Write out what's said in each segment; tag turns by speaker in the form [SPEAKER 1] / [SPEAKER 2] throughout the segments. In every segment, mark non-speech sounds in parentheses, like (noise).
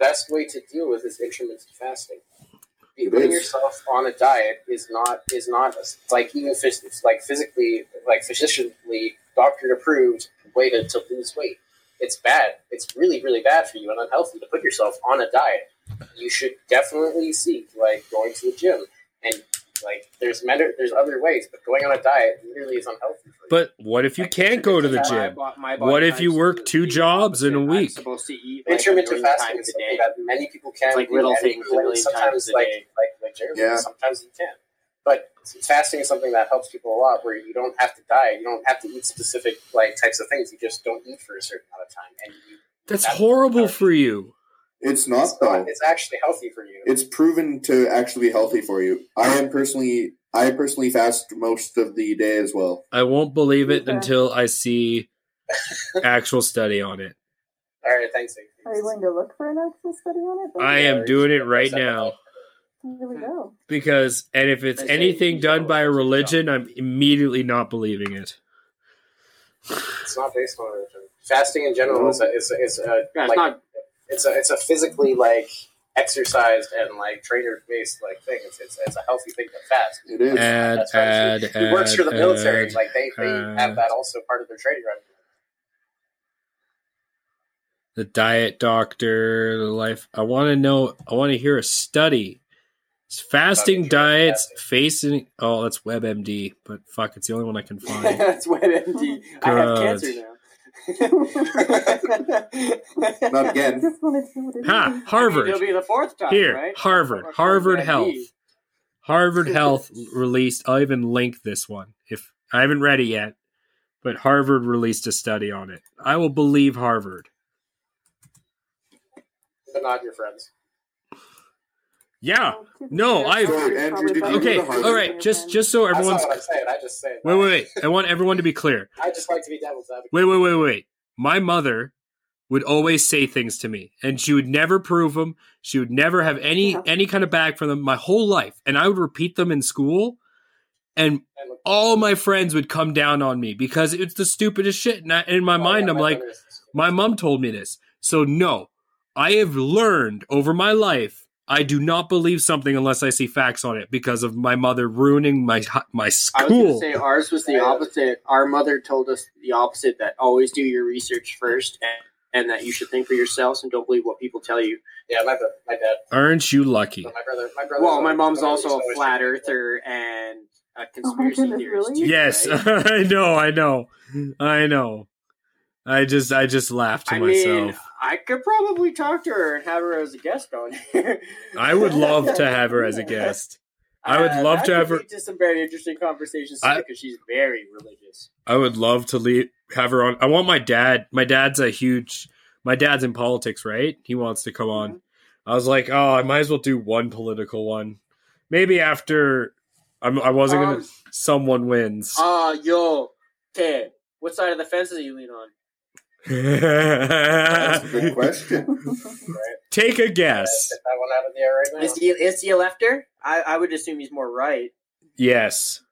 [SPEAKER 1] best way to deal with is intermittent fasting. Putting yourself on a diet is not is not it's like even phys- it's like physically like physicianly doctor approved way to, to lose weight. It's bad. It's really really bad for you and unhealthy to put yourself on a diet. You should definitely seek like going to the gym and like there's med- there's other ways, but going on a diet really is unhealthy. For you.
[SPEAKER 2] But what if you
[SPEAKER 1] Like,
[SPEAKER 2] can't go to the gym? What if you work two jobs in a week?
[SPEAKER 3] supposed to eat like,
[SPEAKER 1] intermittent
[SPEAKER 3] a million
[SPEAKER 1] fasting
[SPEAKER 3] times
[SPEAKER 1] is
[SPEAKER 3] a
[SPEAKER 1] something
[SPEAKER 3] day.
[SPEAKER 1] that many people can
[SPEAKER 3] It's like
[SPEAKER 1] do,
[SPEAKER 3] little
[SPEAKER 1] and
[SPEAKER 3] things a
[SPEAKER 1] like,
[SPEAKER 3] million
[SPEAKER 1] sometimes
[SPEAKER 3] times a
[SPEAKER 1] like,
[SPEAKER 3] day.
[SPEAKER 1] like like Jeremy,
[SPEAKER 4] Yeah.
[SPEAKER 1] sometimes you can but fasting is something that helps people a lot where you don't have to diet you don't have to eat specific like types of things you just don't eat for a certain amount of time and you,
[SPEAKER 2] That's horrible for you.
[SPEAKER 4] It's not
[SPEAKER 1] it's,
[SPEAKER 4] though.
[SPEAKER 1] not, it's actually healthy for you
[SPEAKER 4] It's proven to actually be healthy for you. I am personally, I personally fast most of the day as well.
[SPEAKER 2] I won't believe it
[SPEAKER 5] Okay.
[SPEAKER 2] until
[SPEAKER 1] (laughs)
[SPEAKER 2] I see actual study on it.
[SPEAKER 1] all right thanks
[SPEAKER 5] Are you going to look for an actual study on it?
[SPEAKER 1] Oh,
[SPEAKER 5] There
[SPEAKER 2] I
[SPEAKER 5] you
[SPEAKER 2] am doing it right now
[SPEAKER 5] go. There we go.
[SPEAKER 2] because, and if it's
[SPEAKER 3] They say
[SPEAKER 2] anything
[SPEAKER 3] you
[SPEAKER 2] done
[SPEAKER 3] should
[SPEAKER 2] by a
[SPEAKER 3] always
[SPEAKER 2] religion, I'm immediately not believing it.
[SPEAKER 1] it's not based on religion fasting in general is a, is a, is a
[SPEAKER 3] Yeah, it's
[SPEAKER 1] like,
[SPEAKER 3] not.
[SPEAKER 1] it's a it's a physically like exercised and like trainer based like thing it's, it's it's a healthy thing to fast
[SPEAKER 4] It is.
[SPEAKER 2] Add,
[SPEAKER 1] That's right.
[SPEAKER 2] add,
[SPEAKER 1] It works for the
[SPEAKER 2] add,
[SPEAKER 1] military.
[SPEAKER 2] add.
[SPEAKER 1] like they, they
[SPEAKER 2] add.
[SPEAKER 1] have that also part of their training regimen.
[SPEAKER 2] the diet doctor, the life. I want to know. I want to hear a study. It's fasting
[SPEAKER 1] Fasting,
[SPEAKER 2] diets,
[SPEAKER 1] fasting.
[SPEAKER 2] facing. Oh, that's WebMD, but fuck, it's the only one I can
[SPEAKER 1] (laughs)
[SPEAKER 2] find.
[SPEAKER 3] That's what MD. I have
[SPEAKER 2] God.
[SPEAKER 3] cancer now.
[SPEAKER 4] Not
[SPEAKER 5] I
[SPEAKER 1] (laughs)
[SPEAKER 4] again.
[SPEAKER 5] just want to know what it is.
[SPEAKER 2] ha,
[SPEAKER 3] It'll
[SPEAKER 2] Harvard.
[SPEAKER 3] be the fourth time,
[SPEAKER 2] Here,
[SPEAKER 3] right?
[SPEAKER 2] Harvard.
[SPEAKER 3] Fuck
[SPEAKER 2] Harvard
[SPEAKER 3] WebMD.
[SPEAKER 2] Health.
[SPEAKER 4] (laughs)
[SPEAKER 2] Harvard Health released. I'll even link this one if I haven't read it yet. But Harvard released a study on it. I will believe Harvard.
[SPEAKER 1] But not your friends.
[SPEAKER 2] Yeah. No, I-
[SPEAKER 4] Sorry, Andrew, did you go
[SPEAKER 2] Okay.
[SPEAKER 4] to Harvard?
[SPEAKER 2] All right. Just just so
[SPEAKER 1] That's
[SPEAKER 2] everyone's.
[SPEAKER 1] not what I'm saying. I just said.
[SPEAKER 2] Wait, wait, wait. I want everyone to be clear.
[SPEAKER 1] I just like to be devil's advocate.
[SPEAKER 2] wait, wait, wait, wait. My mother would always say things to me, and she would never prove them. She would never have any
[SPEAKER 5] Yeah.
[SPEAKER 2] any kind of back for them my whole life, and I would repeat them in school. And
[SPEAKER 1] And look-
[SPEAKER 2] all my friends would come down on me because it's the stupidest shit. And, I, in my
[SPEAKER 1] Oh,
[SPEAKER 2] mind,
[SPEAKER 1] yeah,
[SPEAKER 2] I'm like,
[SPEAKER 1] brother is-
[SPEAKER 2] my mom told me this. So no, I have learned over my life. I do not believe something unless I see facts on it because of my mother ruining my my
[SPEAKER 3] I was going
[SPEAKER 2] school.
[SPEAKER 3] to say ours was the opposite. Our mother told us the opposite that always do your research first and, and that you should think for yourselves and don't believe what people tell you.
[SPEAKER 1] yeah, my, bro- my dad,
[SPEAKER 2] Aren't you lucky?
[SPEAKER 1] but my brother, my brother.
[SPEAKER 3] Well, my mom's
[SPEAKER 1] brother's
[SPEAKER 3] also a
[SPEAKER 1] always-
[SPEAKER 3] flat earther and a conspiracy
[SPEAKER 5] goodness,
[SPEAKER 3] theorist.
[SPEAKER 5] really?
[SPEAKER 3] too,
[SPEAKER 2] Yes, (laughs)
[SPEAKER 3] right?
[SPEAKER 2] I know, I know, I know. I just, I just laughed to
[SPEAKER 3] I
[SPEAKER 2] myself.
[SPEAKER 3] mean, I could probably talk to her and have her as a guest on here.
[SPEAKER 2] I
[SPEAKER 3] (laughs)
[SPEAKER 2] would love to have her as a guest. I would love
[SPEAKER 3] Uh,
[SPEAKER 2] to
[SPEAKER 3] that could
[SPEAKER 2] have her-
[SPEAKER 3] lead to some very interesting conversations
[SPEAKER 2] I-
[SPEAKER 3] because she's very religious.
[SPEAKER 2] I would love to leave, have her on. I want my dad. My dad's a huge. My dad's in politics, right? He wants to come on.
[SPEAKER 3] Mm-hmm.
[SPEAKER 2] I was like, oh, I might as well do one political one. Maybe after. I'm, I wasn't
[SPEAKER 3] Um,
[SPEAKER 2] gonna. Someone wins. (laughs)
[SPEAKER 3] Ah, yo, Ted, what side of the fence do you lean on?
[SPEAKER 4] That's a
[SPEAKER 2] (laughs)
[SPEAKER 4] good question.
[SPEAKER 5] (laughs)
[SPEAKER 2] Take a
[SPEAKER 1] Yeah,
[SPEAKER 2] guess.
[SPEAKER 1] Get that one out of the air right now.
[SPEAKER 3] Is he is he a lefter? I, I would assume he's more right.
[SPEAKER 2] Yes.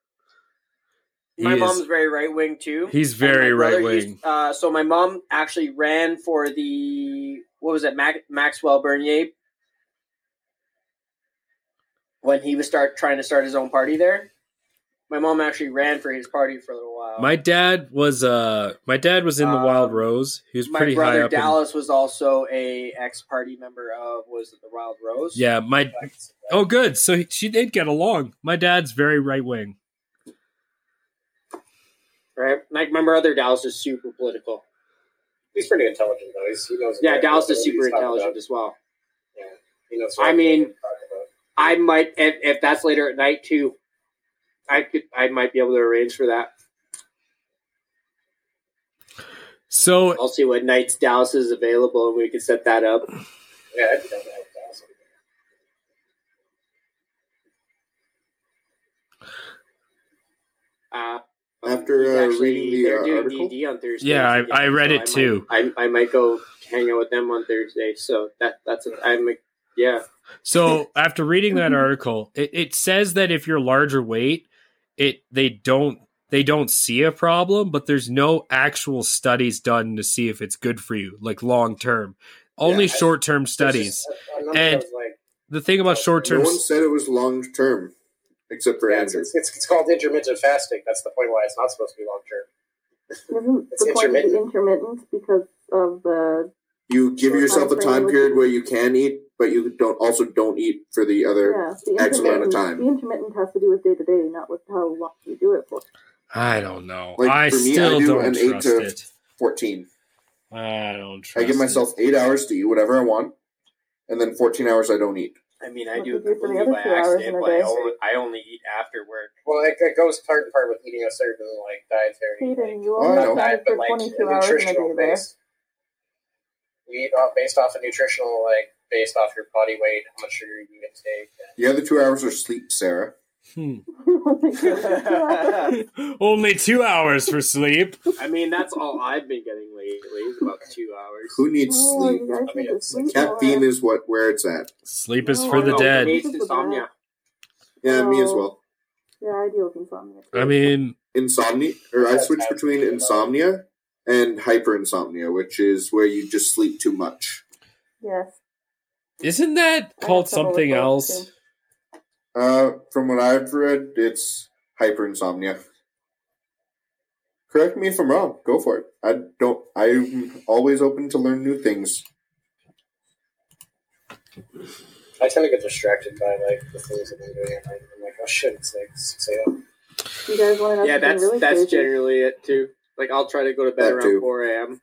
[SPEAKER 2] He
[SPEAKER 3] my
[SPEAKER 2] is-
[SPEAKER 3] mom's very right wing too.
[SPEAKER 2] He's
[SPEAKER 3] And my
[SPEAKER 2] very
[SPEAKER 3] brother
[SPEAKER 2] right wing.
[SPEAKER 3] used- Uh, so my mom actually ran for the what was it, Mac, Maxwell Bernier, when he was start trying to start his own party there. My mom actually ran for his party for a little while.
[SPEAKER 2] My dad was uh my dad was in the
[SPEAKER 3] Um,
[SPEAKER 2] Wild Rose. He was
[SPEAKER 3] My
[SPEAKER 2] pretty high
[SPEAKER 3] brother
[SPEAKER 2] up. in-
[SPEAKER 3] Dallas was also a ex party member of was it the Wild Rose?
[SPEAKER 2] yeah, my oh good. So he, she they'd get along. My dad's very right wing.
[SPEAKER 3] right. Like my brother Dallas is super political.
[SPEAKER 1] He's pretty intelligent though. He's, he knows.
[SPEAKER 3] Yeah,
[SPEAKER 1] exactly
[SPEAKER 3] Dallas
[SPEAKER 1] what
[SPEAKER 3] is super
[SPEAKER 1] he's talking
[SPEAKER 3] intelligent
[SPEAKER 1] about.
[SPEAKER 3] as well.
[SPEAKER 1] Yeah, he knows.
[SPEAKER 3] I
[SPEAKER 1] what
[SPEAKER 3] mean,
[SPEAKER 1] he's talking about.
[SPEAKER 3] I might if, if that's later at night too. I could I might be able to arrange for that.
[SPEAKER 2] So
[SPEAKER 3] I'll see what nights Dallas is available and we can set that up.
[SPEAKER 1] yeah, I'd be down to have Dallas.
[SPEAKER 3] Uh,
[SPEAKER 4] After,
[SPEAKER 3] he's
[SPEAKER 4] uh, reading the,
[SPEAKER 3] they're
[SPEAKER 4] uh,
[SPEAKER 3] doing
[SPEAKER 4] article?
[SPEAKER 3] D&D on Thursday.
[SPEAKER 2] Yeah, I- I read it, too.
[SPEAKER 3] I, I might go hang out with them on Thursday. So that that's I'm yeah.
[SPEAKER 4] (laughs)
[SPEAKER 2] so after reading that article, it, it says that if you're larger weight, it they don't they don't see a problem, but there's no actual studies done to see if it's good for you, like long term. Only
[SPEAKER 4] Yeah, I-
[SPEAKER 2] short term
[SPEAKER 1] It's
[SPEAKER 2] studies.
[SPEAKER 1] just a- a number
[SPEAKER 2] And-
[SPEAKER 1] of, like,
[SPEAKER 2] The thing about short
[SPEAKER 4] No
[SPEAKER 2] term,
[SPEAKER 4] one said it was long term, except for
[SPEAKER 1] yeah, it's,
[SPEAKER 4] Andrew.
[SPEAKER 1] it's, it's it's called intermittent fasting. That's the point why it's not supposed to be long term.
[SPEAKER 5] Isn't
[SPEAKER 1] It's
[SPEAKER 5] the point be
[SPEAKER 1] intermittent.
[SPEAKER 5] intermittent because of the
[SPEAKER 4] You give
[SPEAKER 5] Short
[SPEAKER 4] yourself a
[SPEAKER 5] timeframe
[SPEAKER 4] time
[SPEAKER 5] would-
[SPEAKER 4] period where you can eat, but you don't also don't eat for the other.
[SPEAKER 5] yeah the
[SPEAKER 4] X amount of
[SPEAKER 5] intermittent?
[SPEAKER 4] time.
[SPEAKER 5] The intermittent has to do with day to day, not with how long you do it for.
[SPEAKER 2] I don't know.
[SPEAKER 4] Like,
[SPEAKER 2] I
[SPEAKER 4] for me, I
[SPEAKER 2] still
[SPEAKER 4] do
[SPEAKER 2] don't
[SPEAKER 4] an eight
[SPEAKER 2] trust
[SPEAKER 4] to-
[SPEAKER 2] it.
[SPEAKER 4] Fourteen.
[SPEAKER 2] I don't trust.
[SPEAKER 4] I give myself eight hours to eat whatever I want, and then fourteen hours I don't eat.
[SPEAKER 3] I mean, I
[SPEAKER 5] What
[SPEAKER 3] do
[SPEAKER 5] to
[SPEAKER 3] it
[SPEAKER 5] do for the
[SPEAKER 3] completely
[SPEAKER 5] other
[SPEAKER 3] by
[SPEAKER 5] two hours
[SPEAKER 3] accident,
[SPEAKER 5] in a
[SPEAKER 3] but I
[SPEAKER 5] day. (laughs)
[SPEAKER 3] only, I only eat after work. (laughs)
[SPEAKER 1] Well, it, it goes part and part with eating a certain like dietary,
[SPEAKER 5] Hayden,
[SPEAKER 1] like,
[SPEAKER 5] you
[SPEAKER 4] Oh,
[SPEAKER 5] only
[SPEAKER 4] I know.
[SPEAKER 5] have
[SPEAKER 1] diet,
[SPEAKER 5] it
[SPEAKER 1] but
[SPEAKER 5] for
[SPEAKER 1] like
[SPEAKER 5] twenty two
[SPEAKER 1] a
[SPEAKER 5] hours in a
[SPEAKER 1] nutritional
[SPEAKER 5] day there.
[SPEAKER 1] base. You eat off, based off a nutritional like based off your body weight, how much sugar you intake. And
[SPEAKER 4] The other two hours are sleep, Sarah.
[SPEAKER 2] Hmm.
[SPEAKER 5] (laughs) oh,
[SPEAKER 3] (laughs)
[SPEAKER 5] Two
[SPEAKER 2] Only two hours for sleep.
[SPEAKER 3] I mean, that's all I've been getting lately is about two hours.
[SPEAKER 4] Who needs
[SPEAKER 5] Oh,
[SPEAKER 4] sleep?
[SPEAKER 5] you guys
[SPEAKER 1] I mean,
[SPEAKER 5] need to
[SPEAKER 1] it's
[SPEAKER 5] sleep
[SPEAKER 4] Caffeine
[SPEAKER 5] more.
[SPEAKER 4] is what where it's at.
[SPEAKER 2] Sleep is
[SPEAKER 5] No,
[SPEAKER 2] for
[SPEAKER 3] Oh,
[SPEAKER 2] the
[SPEAKER 3] no,
[SPEAKER 2] dead.
[SPEAKER 3] Nate's insomnia.
[SPEAKER 4] Yeah, me as
[SPEAKER 5] Oh.
[SPEAKER 4] well.
[SPEAKER 5] Yeah, I deal with insomnia. too.
[SPEAKER 2] I mean,
[SPEAKER 4] Insomnia, or I
[SPEAKER 1] That's
[SPEAKER 4] switch between
[SPEAKER 1] absolutely
[SPEAKER 4] insomnia and hyperinsomnia, which is where you just sleep too much.
[SPEAKER 5] yes,
[SPEAKER 2] isn't that
[SPEAKER 5] I
[SPEAKER 2] called
[SPEAKER 5] have trouble with
[SPEAKER 2] something
[SPEAKER 5] that,
[SPEAKER 2] else?
[SPEAKER 5] too.
[SPEAKER 4] Uh, from what I've read, it's hyperinsomnia. Correct me if I'm wrong. Go for it. I don't. I'm always open to learn new things.
[SPEAKER 1] I tend to get distracted by like the things that I'm doing. and I'm like, oh shit, it's like six a.m.
[SPEAKER 5] You guys want to know
[SPEAKER 3] Yeah,
[SPEAKER 5] something
[SPEAKER 3] that's
[SPEAKER 5] really
[SPEAKER 3] that's
[SPEAKER 5] crazy?
[SPEAKER 3] generally it too. Like I'll try to go to bed
[SPEAKER 4] That
[SPEAKER 3] around
[SPEAKER 4] too.
[SPEAKER 3] four a.m.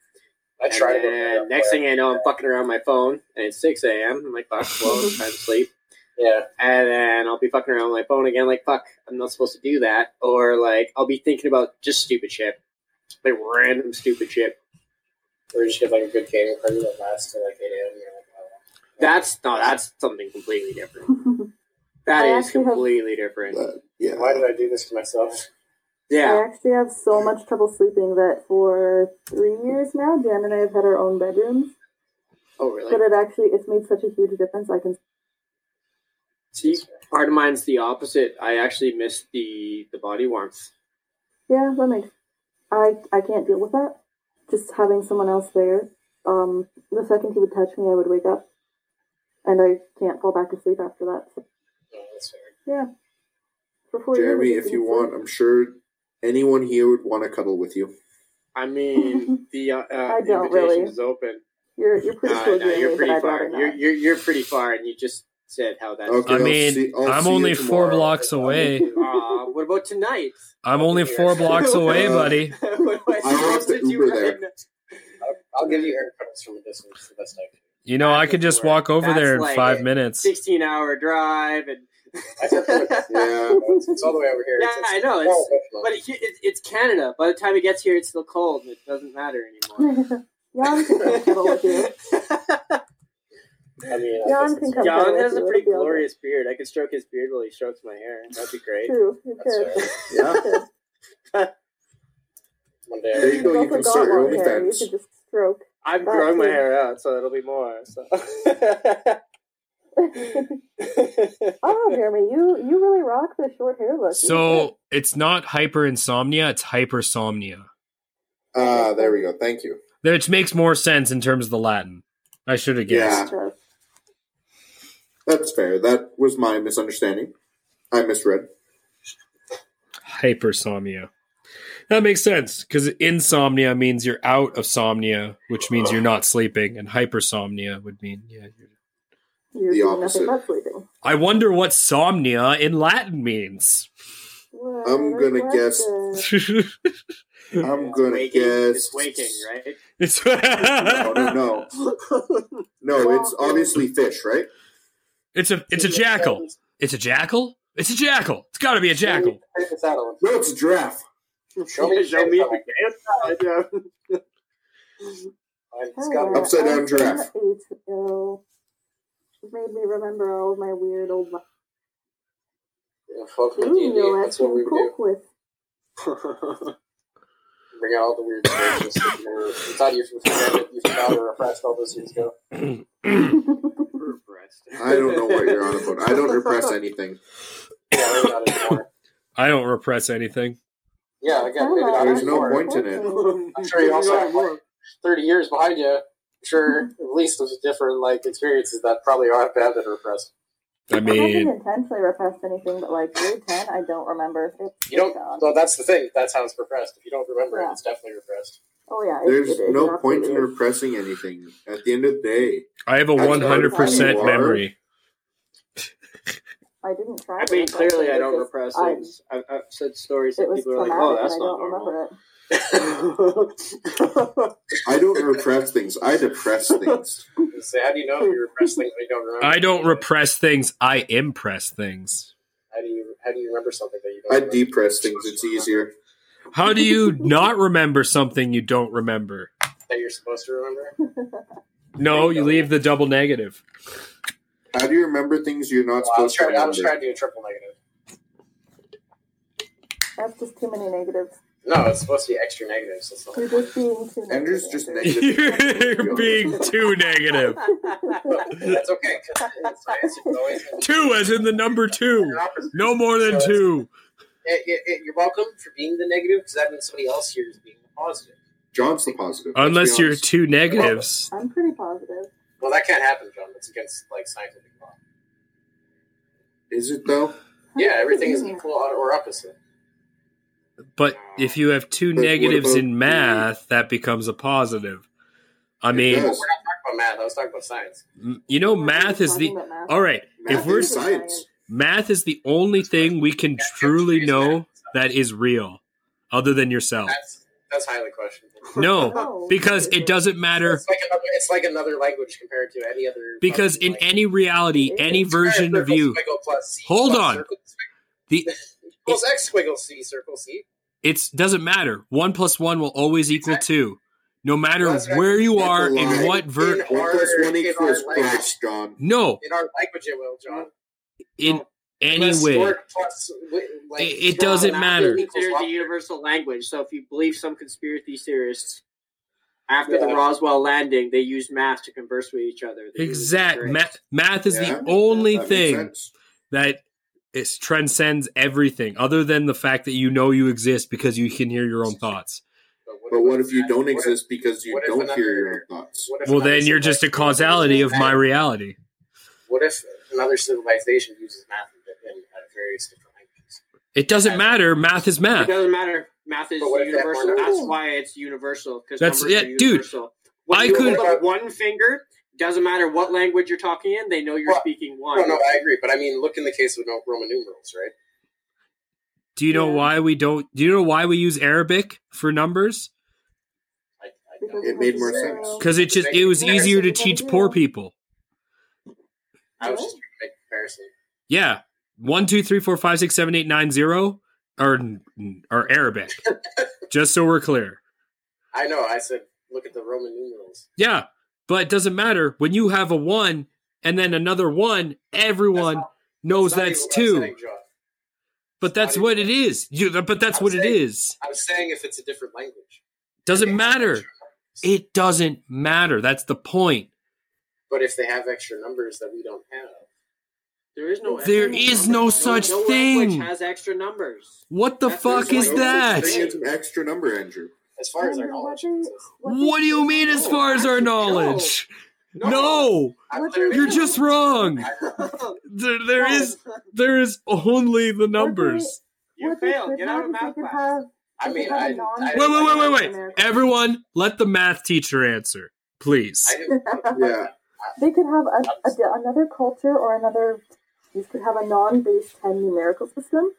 [SPEAKER 1] I try to.
[SPEAKER 3] and
[SPEAKER 1] go
[SPEAKER 3] then
[SPEAKER 1] to bed,
[SPEAKER 3] next
[SPEAKER 1] but-
[SPEAKER 3] thing I know, I'm fucking around my phone, and it's six a.m. I'm like, fuck, well, it's time to sleep.
[SPEAKER 1] yeah,
[SPEAKER 3] And then I'll be fucking around my phone again, like, fuck, I'm not supposed to do that. Or like, I'll be thinking about just stupid shit, like random stupid shit.
[SPEAKER 1] or just get like a good gaming party that lasts till like eight a.m. You're like, oh.
[SPEAKER 3] That's no, that's something completely different.
[SPEAKER 5] (laughs)
[SPEAKER 3] That
[SPEAKER 5] I
[SPEAKER 3] is
[SPEAKER 5] actually have-
[SPEAKER 3] completely different.
[SPEAKER 4] Uh, yeah.
[SPEAKER 1] "Oh, Why did I do this to myself? (laughs)
[SPEAKER 3] Yeah,
[SPEAKER 5] I actually have so much trouble sleeping that for three years now, Jan and I have had our own bedrooms,
[SPEAKER 3] Oh, really?
[SPEAKER 5] but it actually it's made such a huge difference. I can
[SPEAKER 3] See, part of mine's the opposite. I actually miss the the body warmth.
[SPEAKER 5] yeah, that makes. I I can't deal with that. Just having someone else there. Um, the second he would touch me, I would wake up, and I can't fall back asleep after that. So,
[SPEAKER 1] No, Oh, that's weird.
[SPEAKER 5] yeah. For four years,
[SPEAKER 4] Jeremy,
[SPEAKER 5] I
[SPEAKER 4] if you
[SPEAKER 5] didn't
[SPEAKER 4] want, I'm sure anyone here would want to cuddle with
[SPEAKER 3] (laughs)
[SPEAKER 4] you.
[SPEAKER 3] I
[SPEAKER 5] (laughs)
[SPEAKER 3] mean, the uh, uh,
[SPEAKER 5] I don't
[SPEAKER 3] invitation
[SPEAKER 5] really.
[SPEAKER 3] is open.
[SPEAKER 5] sleep. You're you're pretty
[SPEAKER 3] Uh, no,
[SPEAKER 5] cool, Jeremy,
[SPEAKER 3] you're pretty
[SPEAKER 5] but I'd
[SPEAKER 3] far.
[SPEAKER 5] rather not.
[SPEAKER 3] You're, you're you're pretty far, and you just said how that's.
[SPEAKER 4] Okay,
[SPEAKER 2] I
[SPEAKER 4] I'll
[SPEAKER 2] mean,
[SPEAKER 4] see- I'll
[SPEAKER 2] I'm
[SPEAKER 4] see you
[SPEAKER 2] only four
[SPEAKER 4] tomorrow.
[SPEAKER 2] blocks away.
[SPEAKER 3] Aw, what about
[SPEAKER 2] (laughs)
[SPEAKER 3] tonight?
[SPEAKER 2] I'm only four
[SPEAKER 3] (laughs)
[SPEAKER 4] (laughs)
[SPEAKER 2] blocks away, buddy.
[SPEAKER 3] what am I
[SPEAKER 4] I'll have
[SPEAKER 3] supposed to
[SPEAKER 4] to
[SPEAKER 3] do
[SPEAKER 4] Uber
[SPEAKER 3] right
[SPEAKER 4] there.
[SPEAKER 3] now?
[SPEAKER 1] I'll, I'll give you air cuddles from a distance. It's The best I can.
[SPEAKER 2] You know, I could just walk over there in
[SPEAKER 3] That's like
[SPEAKER 2] five
[SPEAKER 3] it.
[SPEAKER 2] minutes.
[SPEAKER 3] Sixteen hour drive, and
[SPEAKER 1] I took it.
[SPEAKER 5] (laughs)
[SPEAKER 4] Yeah.
[SPEAKER 1] It's, it's all the way over here.
[SPEAKER 3] Yeah, I know, it's-
[SPEAKER 1] oh,
[SPEAKER 3] but it, it, it's Canada. By the time it gets here, it's still cold, and it doesn't matter
[SPEAKER 5] Hmm.
[SPEAKER 3] anymore.
[SPEAKER 5] (laughs) Jan can cuddle
[SPEAKER 3] (laughs)
[SPEAKER 5] with you.
[SPEAKER 1] I mean, I
[SPEAKER 5] John
[SPEAKER 1] guess
[SPEAKER 5] can
[SPEAKER 1] it's-
[SPEAKER 5] come
[SPEAKER 1] yeah,
[SPEAKER 3] John
[SPEAKER 5] with
[SPEAKER 3] has a
[SPEAKER 5] you, it'll
[SPEAKER 3] pretty
[SPEAKER 5] be all good.
[SPEAKER 3] glorious beard. I could stroke his beard while he strokes my hair. That'd be great.
[SPEAKER 5] True, you
[SPEAKER 1] that's
[SPEAKER 5] could.
[SPEAKER 1] fair.
[SPEAKER 4] Yeah.
[SPEAKER 5] Good.
[SPEAKER 1] One day.
[SPEAKER 4] There you go.
[SPEAKER 5] You've
[SPEAKER 4] You
[SPEAKER 5] also
[SPEAKER 4] can start
[SPEAKER 5] got
[SPEAKER 4] your
[SPEAKER 5] long hair, You
[SPEAKER 4] OnlyFans.
[SPEAKER 5] should just stroke.
[SPEAKER 3] (laughs) I'm
[SPEAKER 5] That's
[SPEAKER 3] growing my
[SPEAKER 5] true.
[SPEAKER 3] hair out, so it'll be more. So. (laughs)
[SPEAKER 5] oh, Jeremy, you you really rock the short hair look. You
[SPEAKER 2] So it's not hyper insomnia; it's hypersomnia,
[SPEAKER 4] Ah, there we go. Thank you.
[SPEAKER 2] which makes more sense in terms of the Latin. I should have
[SPEAKER 5] should
[SPEAKER 2] guessed.
[SPEAKER 5] just-
[SPEAKER 4] That's fair. That was my misunderstanding. I
[SPEAKER 3] (laughs)
[SPEAKER 4] misread.
[SPEAKER 2] Hypersomnia. That makes sense because insomnia means you're out of somnia, which means you're not sleeping, and hypersomnia would mean yeah. You're...
[SPEAKER 5] You're
[SPEAKER 4] The
[SPEAKER 5] doing
[SPEAKER 4] opposite.
[SPEAKER 5] nothing but sleeping.
[SPEAKER 2] I wonder what somnia in Latin means. (laughs)
[SPEAKER 5] What
[SPEAKER 4] I'm
[SPEAKER 5] a
[SPEAKER 4] gonna guess-
[SPEAKER 5] question.
[SPEAKER 4] I'm gonna
[SPEAKER 3] waking,
[SPEAKER 4] guess
[SPEAKER 3] It's waking, right?
[SPEAKER 2] it's
[SPEAKER 4] No,
[SPEAKER 1] (laughs)
[SPEAKER 4] no, no, no. It's obviously fish, right?
[SPEAKER 2] it's a it's a jackal. It's a jackal. It's a jackal. It's got to be a jackal.
[SPEAKER 1] Jackal.
[SPEAKER 4] No, it's a giraffe.
[SPEAKER 1] Show me-
[SPEAKER 3] Show me the damn side.
[SPEAKER 1] It's
[SPEAKER 5] Oh,
[SPEAKER 1] got
[SPEAKER 5] yeah,
[SPEAKER 4] Upside down
[SPEAKER 5] I'm
[SPEAKER 4] giraffe.
[SPEAKER 5] eight, so It made me remember all of my weird old life.
[SPEAKER 3] (laughs)
[SPEAKER 1] yeah, fuck with
[SPEAKER 5] Ooh,
[SPEAKER 1] D&D.
[SPEAKER 5] you'll
[SPEAKER 1] That's what we
[SPEAKER 5] actually
[SPEAKER 1] do.
[SPEAKER 5] cope with.
[SPEAKER 1] Bring out all the weird stories that you were- you thought you forgot, you forgot or repressed all those years ago.
[SPEAKER 4] I don't know what you're on about. I don't
[SPEAKER 1] (laughs)
[SPEAKER 4] repress anything.
[SPEAKER 1] Yeah, maybe not anymore.
[SPEAKER 2] I don't repress anything.
[SPEAKER 1] Yeah, again, maybe not
[SPEAKER 4] There's no
[SPEAKER 1] anymore.
[SPEAKER 4] point in it.
[SPEAKER 1] I'm sure you also have like 30 years behind you. sure at least those different like experiences that probably aren't bad that are repressed.
[SPEAKER 2] I
[SPEAKER 5] I haven't
[SPEAKER 2] mean,
[SPEAKER 5] intentionally repressed anything, but like grade ten, I don't remember. It's
[SPEAKER 1] You don't.
[SPEAKER 5] gone.
[SPEAKER 1] Well, that's the thing. That's how it's repressed. If you don't remember, it,
[SPEAKER 5] Yeah.
[SPEAKER 1] it's definitely repressed. (laughs)
[SPEAKER 5] Oh yeah, it-
[SPEAKER 4] There's
[SPEAKER 5] it- it
[SPEAKER 4] no point in
[SPEAKER 5] absolutely is.
[SPEAKER 4] repressing anything. At the end of the day,
[SPEAKER 2] I have a
[SPEAKER 4] That's
[SPEAKER 2] one hundred
[SPEAKER 5] part of
[SPEAKER 2] percent
[SPEAKER 5] the
[SPEAKER 2] memory.
[SPEAKER 5] I didn't try.
[SPEAKER 3] I
[SPEAKER 5] to
[SPEAKER 3] mean,
[SPEAKER 5] repress
[SPEAKER 3] clearly,
[SPEAKER 5] it,
[SPEAKER 3] I
[SPEAKER 5] it
[SPEAKER 3] don't
[SPEAKER 5] just-
[SPEAKER 3] repress
[SPEAKER 5] I-
[SPEAKER 3] things. I've, I've said stories that
[SPEAKER 5] It was
[SPEAKER 3] people are like,
[SPEAKER 5] traumatic,
[SPEAKER 3] "Oh, that's
[SPEAKER 5] and I
[SPEAKER 3] not
[SPEAKER 5] don't
[SPEAKER 3] normal."
[SPEAKER 5] remember it.
[SPEAKER 4] I
[SPEAKER 3] (laughs)
[SPEAKER 4] don't repress things. I depress things.
[SPEAKER 1] So how do you know if you repress things that you don't remember?
[SPEAKER 2] I don't repress things. I impress things.
[SPEAKER 1] How do you how do you remember something that you don't?
[SPEAKER 4] I
[SPEAKER 1] remember?
[SPEAKER 4] depress things. It's easier.
[SPEAKER 2] How do you not remember something you don't remember?
[SPEAKER 1] that you're supposed to remember.
[SPEAKER 2] No, you leave the double negative. (laughs)
[SPEAKER 4] How do you remember things you're not
[SPEAKER 1] Well, I was
[SPEAKER 4] supposed to
[SPEAKER 1] trying. I
[SPEAKER 4] remember?
[SPEAKER 1] was trying to do a triple negative.
[SPEAKER 5] That's just too many negatives.
[SPEAKER 1] No, it's supposed to be extra negatives. That's not.
[SPEAKER 5] You're just being too.
[SPEAKER 4] Ender's
[SPEAKER 5] negative,
[SPEAKER 4] just
[SPEAKER 5] Andrew.
[SPEAKER 4] negative.
[SPEAKER 2] You're being too negative.
[SPEAKER 1] (laughs) That's okay. 'cause It's, it's always
[SPEAKER 2] Two as in the number two.
[SPEAKER 1] an opposite.
[SPEAKER 2] No more than
[SPEAKER 1] So-
[SPEAKER 2] two.
[SPEAKER 1] It- it- it- you're welcome for being the negative because that means somebody else here is being the positive.
[SPEAKER 4] John's the positive. let's be
[SPEAKER 2] Unless you're
[SPEAKER 4] honest.
[SPEAKER 2] two negatives.
[SPEAKER 5] I'm pretty positive.
[SPEAKER 1] Well, that can't happen, John. That's against like scientific law.
[SPEAKER 4] Is it though?
[SPEAKER 1] Yeah, everything is equal or opposite.
[SPEAKER 2] But if you have two
[SPEAKER 4] But what
[SPEAKER 2] negatives
[SPEAKER 4] about
[SPEAKER 2] in math, that becomes a positive. I
[SPEAKER 4] It
[SPEAKER 2] mean,
[SPEAKER 4] does.
[SPEAKER 1] We're not talking about math. I was talking about science.
[SPEAKER 2] m- you know,
[SPEAKER 5] We're
[SPEAKER 2] math
[SPEAKER 5] just
[SPEAKER 2] is the
[SPEAKER 5] talking about math.
[SPEAKER 2] all right.
[SPEAKER 4] Math
[SPEAKER 2] if we're
[SPEAKER 4] is science,
[SPEAKER 2] math is the only thing we can truly
[SPEAKER 1] Yeah,
[SPEAKER 2] know that is real, other than yourself.
[SPEAKER 1] That's that's highly questionable.
[SPEAKER 2] No,
[SPEAKER 5] Oh, No,
[SPEAKER 2] because
[SPEAKER 5] it
[SPEAKER 2] it doesn't matter.
[SPEAKER 1] It's like another. It's like another language compared to any other.
[SPEAKER 2] Because
[SPEAKER 1] fucking,
[SPEAKER 2] in
[SPEAKER 1] like-
[SPEAKER 2] any reality, any
[SPEAKER 1] Square,
[SPEAKER 2] version of
[SPEAKER 1] circle,
[SPEAKER 2] you,
[SPEAKER 1] squiggle, plus C,
[SPEAKER 2] Hold
[SPEAKER 1] plus
[SPEAKER 2] on.
[SPEAKER 1] circle,
[SPEAKER 2] the
[SPEAKER 1] Equals X squiggle C circle C.
[SPEAKER 2] it's doesn't matter. One plus one will always equal
[SPEAKER 1] Exactly.
[SPEAKER 2] two, no matter
[SPEAKER 1] That's right.
[SPEAKER 2] where you
[SPEAKER 4] That's
[SPEAKER 2] are
[SPEAKER 4] a lie.
[SPEAKER 2] and what ver.
[SPEAKER 1] In
[SPEAKER 4] One plus
[SPEAKER 1] our-
[SPEAKER 4] one
[SPEAKER 1] in
[SPEAKER 4] equals
[SPEAKER 1] our
[SPEAKER 4] plus, John.
[SPEAKER 2] No,
[SPEAKER 1] In our language, it will, John.
[SPEAKER 2] in any
[SPEAKER 1] Plus
[SPEAKER 2] way.
[SPEAKER 1] square plus, wi- like,
[SPEAKER 2] It- it
[SPEAKER 1] square
[SPEAKER 2] doesn't
[SPEAKER 1] and
[SPEAKER 2] matter.
[SPEAKER 1] equals
[SPEAKER 3] Considered the
[SPEAKER 1] one.
[SPEAKER 3] universal language. So, if you believe some conspiracy theorists, after the
[SPEAKER 1] Yeah.
[SPEAKER 3] Roswell landing, they used math to converse with each other. They used
[SPEAKER 2] Exact
[SPEAKER 3] great.
[SPEAKER 2] math. Math is
[SPEAKER 4] Yeah.
[SPEAKER 2] the only
[SPEAKER 4] That makes
[SPEAKER 2] thing
[SPEAKER 4] sense.
[SPEAKER 2] that is transcends everything, other than the fact that you know you exist because you can hear your own thoughts.
[SPEAKER 4] But what if you don't
[SPEAKER 1] What if-
[SPEAKER 4] exist because you
[SPEAKER 1] what if
[SPEAKER 4] don't
[SPEAKER 1] another-
[SPEAKER 4] hear your own thoughts?
[SPEAKER 1] what if
[SPEAKER 2] Well,
[SPEAKER 1] another
[SPEAKER 2] then you're just a
[SPEAKER 1] civilization-
[SPEAKER 2] causality of my reality.
[SPEAKER 1] What if another civilization uses math in, in uh, various different languages?
[SPEAKER 2] It doesn't matter. Math is
[SPEAKER 3] It
[SPEAKER 2] math.
[SPEAKER 3] doesn't matter. Math is
[SPEAKER 1] But what if that
[SPEAKER 3] universal.
[SPEAKER 1] were
[SPEAKER 3] That's
[SPEAKER 5] not-
[SPEAKER 3] why it's universal. Because
[SPEAKER 2] That's-
[SPEAKER 3] numbers
[SPEAKER 2] yeah,
[SPEAKER 3] are
[SPEAKER 2] dude.
[SPEAKER 3] universal. When
[SPEAKER 2] I
[SPEAKER 3] you
[SPEAKER 2] could-
[SPEAKER 3] hold up one finger. Doesn't matter what language you're talking in. They know you're
[SPEAKER 1] Well,
[SPEAKER 3] speaking
[SPEAKER 1] No,
[SPEAKER 3] one.
[SPEAKER 1] no, I agree. But I mean, look in the case of no- Roman numerals, right?
[SPEAKER 2] Do you know
[SPEAKER 5] Yeah.
[SPEAKER 2] why we don't? Do you know why we use Arabic for numbers?
[SPEAKER 1] I, I
[SPEAKER 5] Because
[SPEAKER 1] don't-
[SPEAKER 4] It made more sense.
[SPEAKER 2] Because it just it was easier to teach poor people.
[SPEAKER 1] I was just trying to make a comparison.
[SPEAKER 2] Yeah, one, two, three, four, five, six, seven, eight, nine, zero, or or Arabic. just so we're clear.
[SPEAKER 1] I know. I said, look at the Roman numerals.
[SPEAKER 2] Yeah, but it doesn't matter when you have a one and then another one. Everyone
[SPEAKER 1] not-
[SPEAKER 2] knows
[SPEAKER 1] not
[SPEAKER 2] Oh, that's,
[SPEAKER 1] even what I'm
[SPEAKER 2] two,
[SPEAKER 1] saying, John.
[SPEAKER 2] but that's
[SPEAKER 1] not
[SPEAKER 2] what
[SPEAKER 1] even-
[SPEAKER 2] it is. You, but that's
[SPEAKER 1] I'm
[SPEAKER 2] what it
[SPEAKER 1] saying-
[SPEAKER 2] is.
[SPEAKER 1] I was saying if it's a different language.
[SPEAKER 2] Doesn't
[SPEAKER 1] If they have
[SPEAKER 2] matter.
[SPEAKER 1] extra numbers.
[SPEAKER 2] It doesn't matter. That's the point.
[SPEAKER 1] But if they have extra numbers that we don't have,
[SPEAKER 3] There is no.
[SPEAKER 2] There
[SPEAKER 3] extra
[SPEAKER 2] is
[SPEAKER 3] numbers.
[SPEAKER 2] no such
[SPEAKER 3] no
[SPEAKER 2] thing.
[SPEAKER 3] language has extra numbers.
[SPEAKER 2] What the
[SPEAKER 3] That's
[SPEAKER 2] fuck
[SPEAKER 3] the
[SPEAKER 2] is
[SPEAKER 3] point.
[SPEAKER 2] that?
[SPEAKER 4] It's an extra number, Andrew.
[SPEAKER 1] as far as our knowledge, goes,
[SPEAKER 2] What do you mean as far as our knowledge? No,
[SPEAKER 1] I'm
[SPEAKER 5] What
[SPEAKER 1] literally-
[SPEAKER 2] you're just wrong.
[SPEAKER 1] I-
[SPEAKER 2] There, there is there is only the numbers.
[SPEAKER 3] You failed. Get out of math class.
[SPEAKER 1] (laughs) I mean, I, I,
[SPEAKER 5] Wait,
[SPEAKER 2] Wait, wait, wait, wait, wait. Everyone, let the math teacher answer, please.
[SPEAKER 1] I didn't-
[SPEAKER 4] Yeah.
[SPEAKER 5] They could have a, a di- another culture or another. These could have a non-base ten numerical system,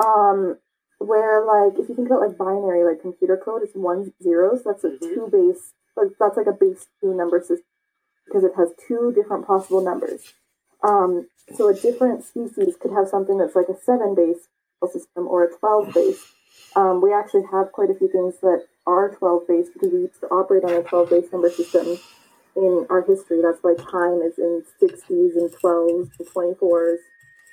[SPEAKER 5] um, where like if you think about like binary, like computer code is one zero, so that's a
[SPEAKER 3] Mhm.
[SPEAKER 5] two base. Like that's like a base two number system because it has two different possible numbers. Um, so a different species could have something that's like a seven base system or a twelve base. Um, we actually have quite a few things that are twelve base because we used to operate on a twelve base number system in our history. That's why time is in 60s and 12s and 24s.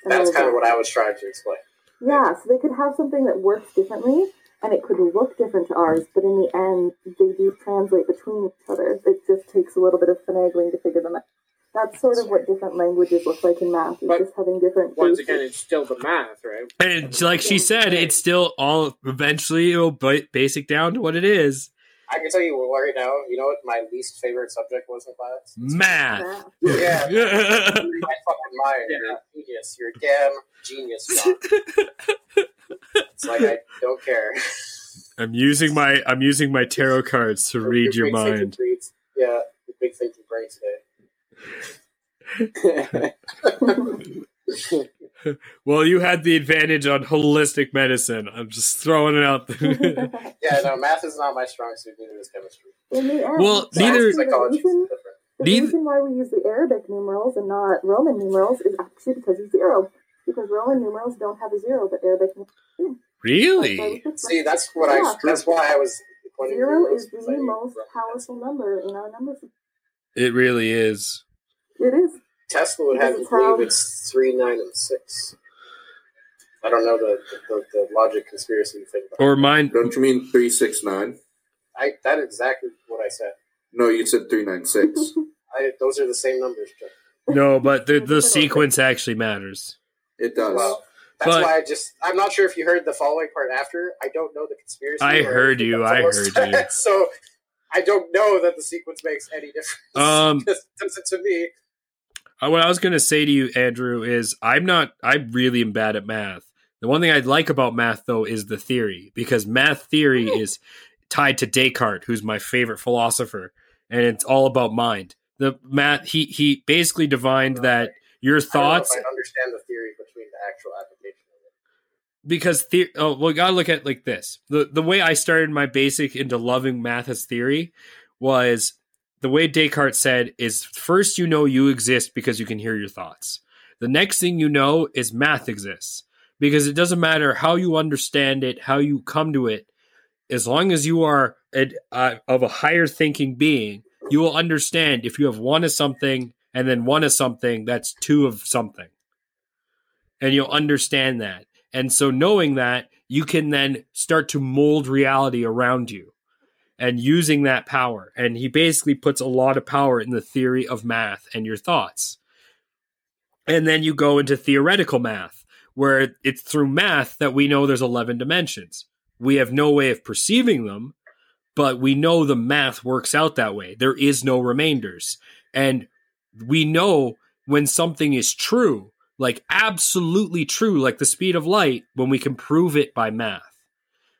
[SPEAKER 5] And all
[SPEAKER 1] That's
[SPEAKER 5] of
[SPEAKER 1] kind of
[SPEAKER 5] that.
[SPEAKER 1] what I was trying to explain.
[SPEAKER 5] Yeah, so they could have something that works differently and it could look different to ours, but in the end, they do translate between each other. It just takes a little bit of finagling to figure them out. That's sort of what different languages look like in math, is
[SPEAKER 3] But
[SPEAKER 5] just having different
[SPEAKER 3] Once
[SPEAKER 5] bases.
[SPEAKER 3] again, it's still the math, right?
[SPEAKER 2] And it's like she said, it's still all eventually it'll ba- basic down to what it is.
[SPEAKER 1] I can tell you well, right now. You know what my least favorite subject was in class?
[SPEAKER 2] Math.
[SPEAKER 5] Yeah.
[SPEAKER 1] Yeah,
[SPEAKER 2] (laughs)
[SPEAKER 1] my
[SPEAKER 2] yeah.
[SPEAKER 1] fucking mind. You're a genius. You're a damn genius. Doc. it's like I don't care.
[SPEAKER 2] I'm using my I'm using my tarot cards (laughs) to read your
[SPEAKER 1] Big thinking
[SPEAKER 2] mind.
[SPEAKER 1] breeds. Yeah, the big thinking brain today. (laughs)
[SPEAKER 2] Well, you had the advantage on holistic medicine. I'm just throwing it out.
[SPEAKER 5] (laughs)
[SPEAKER 2] there. (laughs)
[SPEAKER 1] yeah, no, math is not my strong suit. Neither is chemistry.
[SPEAKER 5] In the end,
[SPEAKER 2] Well,
[SPEAKER 5] that's
[SPEAKER 2] neither-
[SPEAKER 5] actually The
[SPEAKER 1] psychology is
[SPEAKER 5] reason,
[SPEAKER 1] different.
[SPEAKER 5] the
[SPEAKER 2] Neither-
[SPEAKER 5] reason why we use the Arabic numerals and not Roman numerals is actually because of zero. Because Roman numerals don't have a zero, but Arabic numerals.
[SPEAKER 2] really?
[SPEAKER 1] See, that's what I.
[SPEAKER 5] Yeah.
[SPEAKER 1] That's why I was. pointing
[SPEAKER 5] Zero
[SPEAKER 1] to
[SPEAKER 5] is
[SPEAKER 1] those,
[SPEAKER 5] the
[SPEAKER 1] like,
[SPEAKER 5] most powerful number in our number system.
[SPEAKER 2] It really is.
[SPEAKER 5] It is.
[SPEAKER 1] Tesla would have you believe it's three, nine, and six. I don't know the the, the logic conspiracy thing. But
[SPEAKER 2] Or mine?
[SPEAKER 4] Don't you mean three six nine?
[SPEAKER 1] I that is exactly what I said.
[SPEAKER 4] No, you said three nine
[SPEAKER 3] (laughs)
[SPEAKER 4] six.
[SPEAKER 1] I, those are the same numbers. Jeff.
[SPEAKER 2] No, but the the sequence actually matters.
[SPEAKER 4] It does.
[SPEAKER 1] Well, that's
[SPEAKER 2] But-
[SPEAKER 1] why I just. I'm not sure if you heard the following part after. I don't know the conspiracy.
[SPEAKER 2] I
[SPEAKER 1] or
[SPEAKER 2] heard you,
[SPEAKER 1] that's
[SPEAKER 2] I
[SPEAKER 1] almost-
[SPEAKER 2] heard you.
[SPEAKER 1] (laughs) so I don't know that the sequence makes any difference. (laughs)
[SPEAKER 2] Um,
[SPEAKER 1] Because it doesn't to me.
[SPEAKER 2] Uh, What I was going to say to you, Andrew, is I'm not. I really am bad at math. The one thing I like about math, though, is the theory because math theory
[SPEAKER 1] Mm-hmm.
[SPEAKER 2] is tied to Descartes, who's my favorite philosopher, and it's all about mind. The math he he basically divined that your thoughts
[SPEAKER 1] I, don't know if I understand the theory between the actual application. of it.
[SPEAKER 2] because the oh well, gotta look at it like this. the The way I started my basic into loving math as theory was the way Descartes said is first you know you exist because you can hear your thoughts. The next thing you know is math exists because it doesn't matter how you understand it, how you come to it, as long as you are a, uh, of a higher thinking being, you will understand if you have one of something and then one of something, that's two of something. And you'll understand that. And so knowing that, you can then start to mold reality around you and using that power. And he basically puts a lot of power in the theory of math and your thoughts. And then you go into theoretical math, where it's through math that we know there's 11 dimensions. We have no way of perceiving them, but we know the math works out that way. There is no remainders. And we know when something is true, like absolutely true, like the speed of light, when we can prove it by math.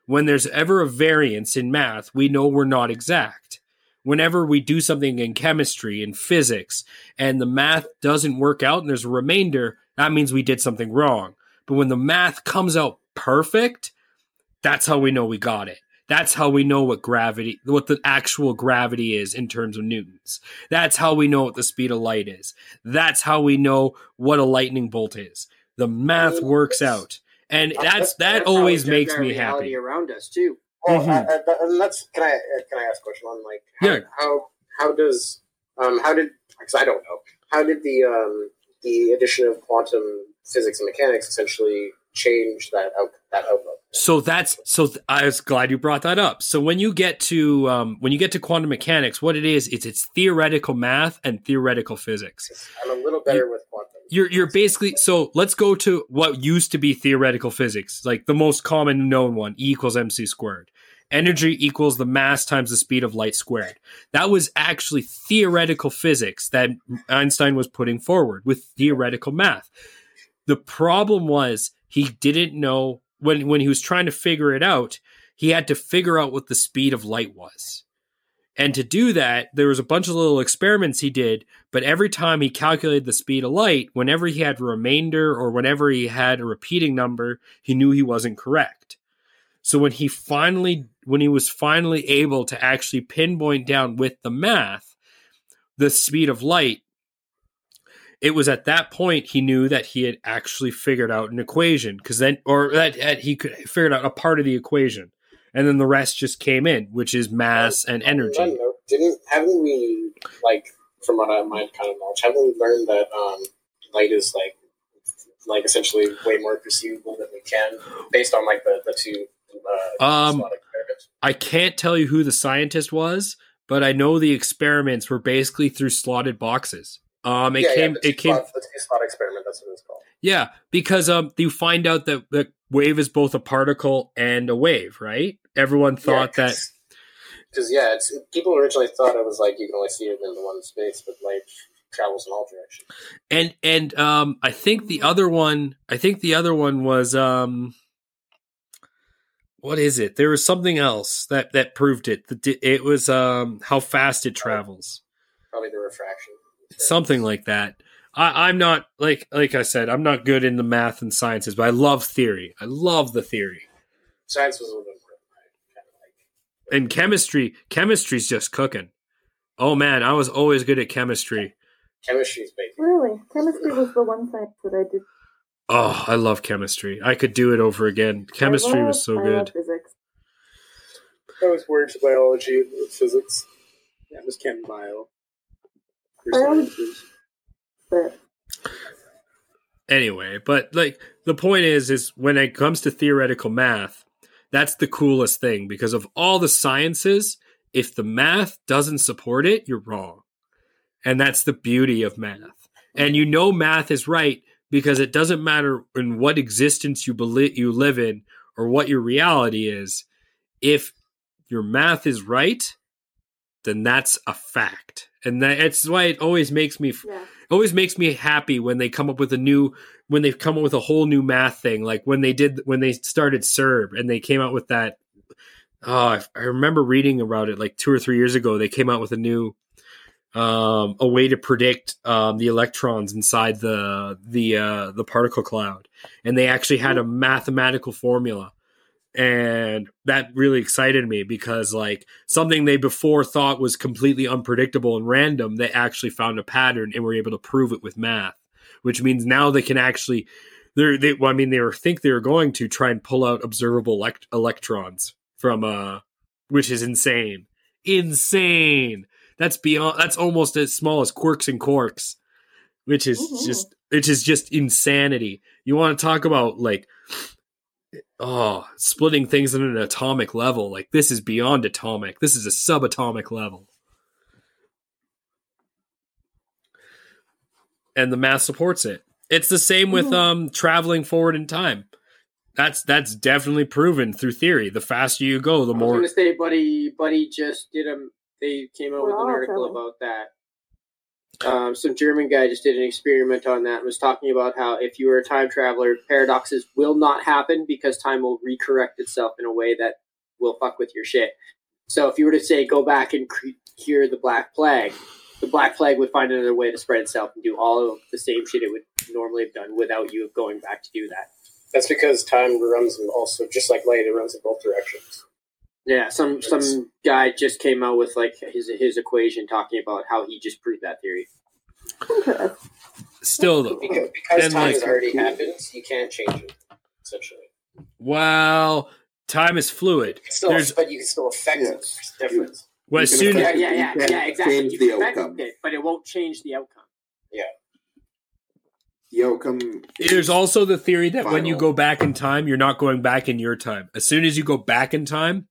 [SPEAKER 2] When there's ever a variance in math, we know we're not exact. Whenever we do something in chemistry and physics and the math doesn't work out and there's a remainder, that means we did something wrong. But when the math comes out perfect, that's how we know we got it. That's how we know what gravity, what the actual gravity is in terms of newtons. That's how we know what the speed of light is. That's how we know what a lightning bolt is. The math works out. And that's that
[SPEAKER 3] how we
[SPEAKER 2] always
[SPEAKER 3] judge
[SPEAKER 2] makes
[SPEAKER 3] our
[SPEAKER 2] me
[SPEAKER 3] reality
[SPEAKER 2] happy.
[SPEAKER 3] around us too.
[SPEAKER 1] Well,
[SPEAKER 2] Mhm.
[SPEAKER 1] I, I, that- and that's uh, can I uh, can I ask a question on like how
[SPEAKER 2] Yeah.
[SPEAKER 1] how, how does um, how did because I don't know how did the um, the addition of quantum physics and mechanics essentially change that out, that outlook?
[SPEAKER 2] So that's so th- I was glad you brought that up. So when you get to um, when you get to quantum mechanics, what it is, it's it's theoretical math and theoretical physics.
[SPEAKER 1] 'Cause I'm a little better with quantum.
[SPEAKER 2] You're you're basically so let's go to what used to be theoretical physics, like the most common known one, E equals mc squared. Energy equals the mass times the speed of light squared. That was actually theoretical physics that Einstein was putting forward with theoretical math. The problem was he didn't know when when he was trying to figure it out, he had to figure out what the speed of light was. And to do that, there was a bunch of little experiments he did, but every time he calculated the speed of light, whenever he had a remainder or whenever he had a repeating number, he knew he wasn't correct. So when he finally when he was finally able to actually pinpoint down with the math the speed of light it was at that point he knew that he had actually figured out an equation because then or that, that he could figured out a part of the equation and then the rest just came in which is mass and
[SPEAKER 1] I don't
[SPEAKER 2] energy
[SPEAKER 1] know. Didn't haven't we like from what I my kind of knowledge? Haven't we learned that um, light is like like essentially way more perceivable than we can based on like the the two. Uh,
[SPEAKER 2] Um,
[SPEAKER 1] slot experiments?
[SPEAKER 2] i can't tell you who the scientist was but i know the experiments were basically through slotted boxes um it
[SPEAKER 1] Yeah, yeah,
[SPEAKER 2] came
[SPEAKER 1] the
[SPEAKER 2] it came
[SPEAKER 1] two-slot- the two-slot experiment. That's what it's called.
[SPEAKER 2] yeah because um you find out that the wave is both a particle and a wave right everyone thought that
[SPEAKER 1] because yeah, it's people originally thought it was like you can only see it in the one space, but light travels in all directions.
[SPEAKER 2] and and um i think the other one i think the other one was um what is it there was something else that that proved it The di- it was um how fast
[SPEAKER 1] Oh.
[SPEAKER 2] it travels
[SPEAKER 1] Probably the refraction.
[SPEAKER 2] something like that i i'm not like like i said i'm not good in the math and sciences but i love theory i love the theory
[SPEAKER 1] Science was a little bit more. I kind of like.
[SPEAKER 2] and chemistry chemistry's just cooking oh man i was always good at chemistry
[SPEAKER 1] Chemistry's big.
[SPEAKER 5] Really, chemistry was the one science that I did.
[SPEAKER 2] oh i love chemistry i could do it over again
[SPEAKER 5] I
[SPEAKER 2] chemistry
[SPEAKER 5] love-
[SPEAKER 2] was so
[SPEAKER 5] I
[SPEAKER 2] good
[SPEAKER 5] love physics.
[SPEAKER 3] I was weird to biology, physics. That was chem bio. Your
[SPEAKER 5] Biology.
[SPEAKER 3] sciences.
[SPEAKER 5] But
[SPEAKER 2] anyway but like the point is is when it comes to theoretical math that's the coolest thing because of all the sciences if the math doesn't support it you're wrong and that's the beauty of math and you know math is right because it doesn't matter in what existence you believe you live in or what your reality is if your math is right then that's a fact and that, that's why it always makes me
[SPEAKER 5] yeah,
[SPEAKER 2] it always makes me happy when they come up with a new when they've come up with a whole new math thing like when they did when they started serb and they came out with that oh I, I remember reading about it like two or three years ago they came out with a new um a way to predict um the electrons inside the the uh the particle cloud and they actually had a mathematical formula and that really excited me because like something they before thought was completely unpredictable and random they actually found a pattern and were able to prove it with math which means now they can actually they're they well, i mean they were think they were going to try and pull out observable elect- electrons from uh which is insane insane that's beyond that's almost as small as quirks and quarks which is
[SPEAKER 5] Mhm.
[SPEAKER 2] just which is just insanity you want to talk about like oh splitting things at an atomic level like this is beyond atomic this is a subatomic level and the math supports it it's the same with
[SPEAKER 5] Mhm.
[SPEAKER 2] um traveling forward in time that's that's definitely proven through theory the faster you go the
[SPEAKER 3] I was
[SPEAKER 2] more
[SPEAKER 3] gonna say, buddy, buddy just did a. They came out
[SPEAKER 5] We're
[SPEAKER 3] with an
[SPEAKER 5] all
[SPEAKER 3] article
[SPEAKER 5] traveling.
[SPEAKER 3] about that. Um, some German guy just did an experiment on that and was talking about how if you were a time traveler, paradoxes will not happen because time will recorrect itself in a way that will fuck with your shit. So if you were to say go back and cre- cure the Black Plague, the Black Plague would find another way to spread itself and do all of the same shit it would normally have done without you going back to do that.
[SPEAKER 1] That's because time runs in also just like light, it runs in both directions.
[SPEAKER 3] Yeah, some
[SPEAKER 1] Yes.
[SPEAKER 3] some guy just came out with like his his equation talking about how he just proved that theory.
[SPEAKER 5] interesting.
[SPEAKER 2] still though
[SPEAKER 1] Because, because
[SPEAKER 2] Then,
[SPEAKER 1] time
[SPEAKER 2] like-
[SPEAKER 1] has already happened, you can't change it. Essentially,
[SPEAKER 2] well time is fluid
[SPEAKER 1] It's still,
[SPEAKER 2] There's-
[SPEAKER 1] but you can still affect it.
[SPEAKER 4] Yes.
[SPEAKER 1] It's different.
[SPEAKER 2] well, as
[SPEAKER 4] can
[SPEAKER 2] soon
[SPEAKER 4] affect-
[SPEAKER 2] as,
[SPEAKER 3] Yeah, yeah, yeah,
[SPEAKER 4] You can't
[SPEAKER 3] yeah, exactly.
[SPEAKER 4] change
[SPEAKER 3] You
[SPEAKER 4] the
[SPEAKER 3] can affect
[SPEAKER 4] outcome.
[SPEAKER 3] it, but it won't change the outcome.
[SPEAKER 4] The outcome.
[SPEAKER 2] there's also the theory that when you
[SPEAKER 4] Final.
[SPEAKER 2] go back in time you're not going back in your time as soon as you go back in time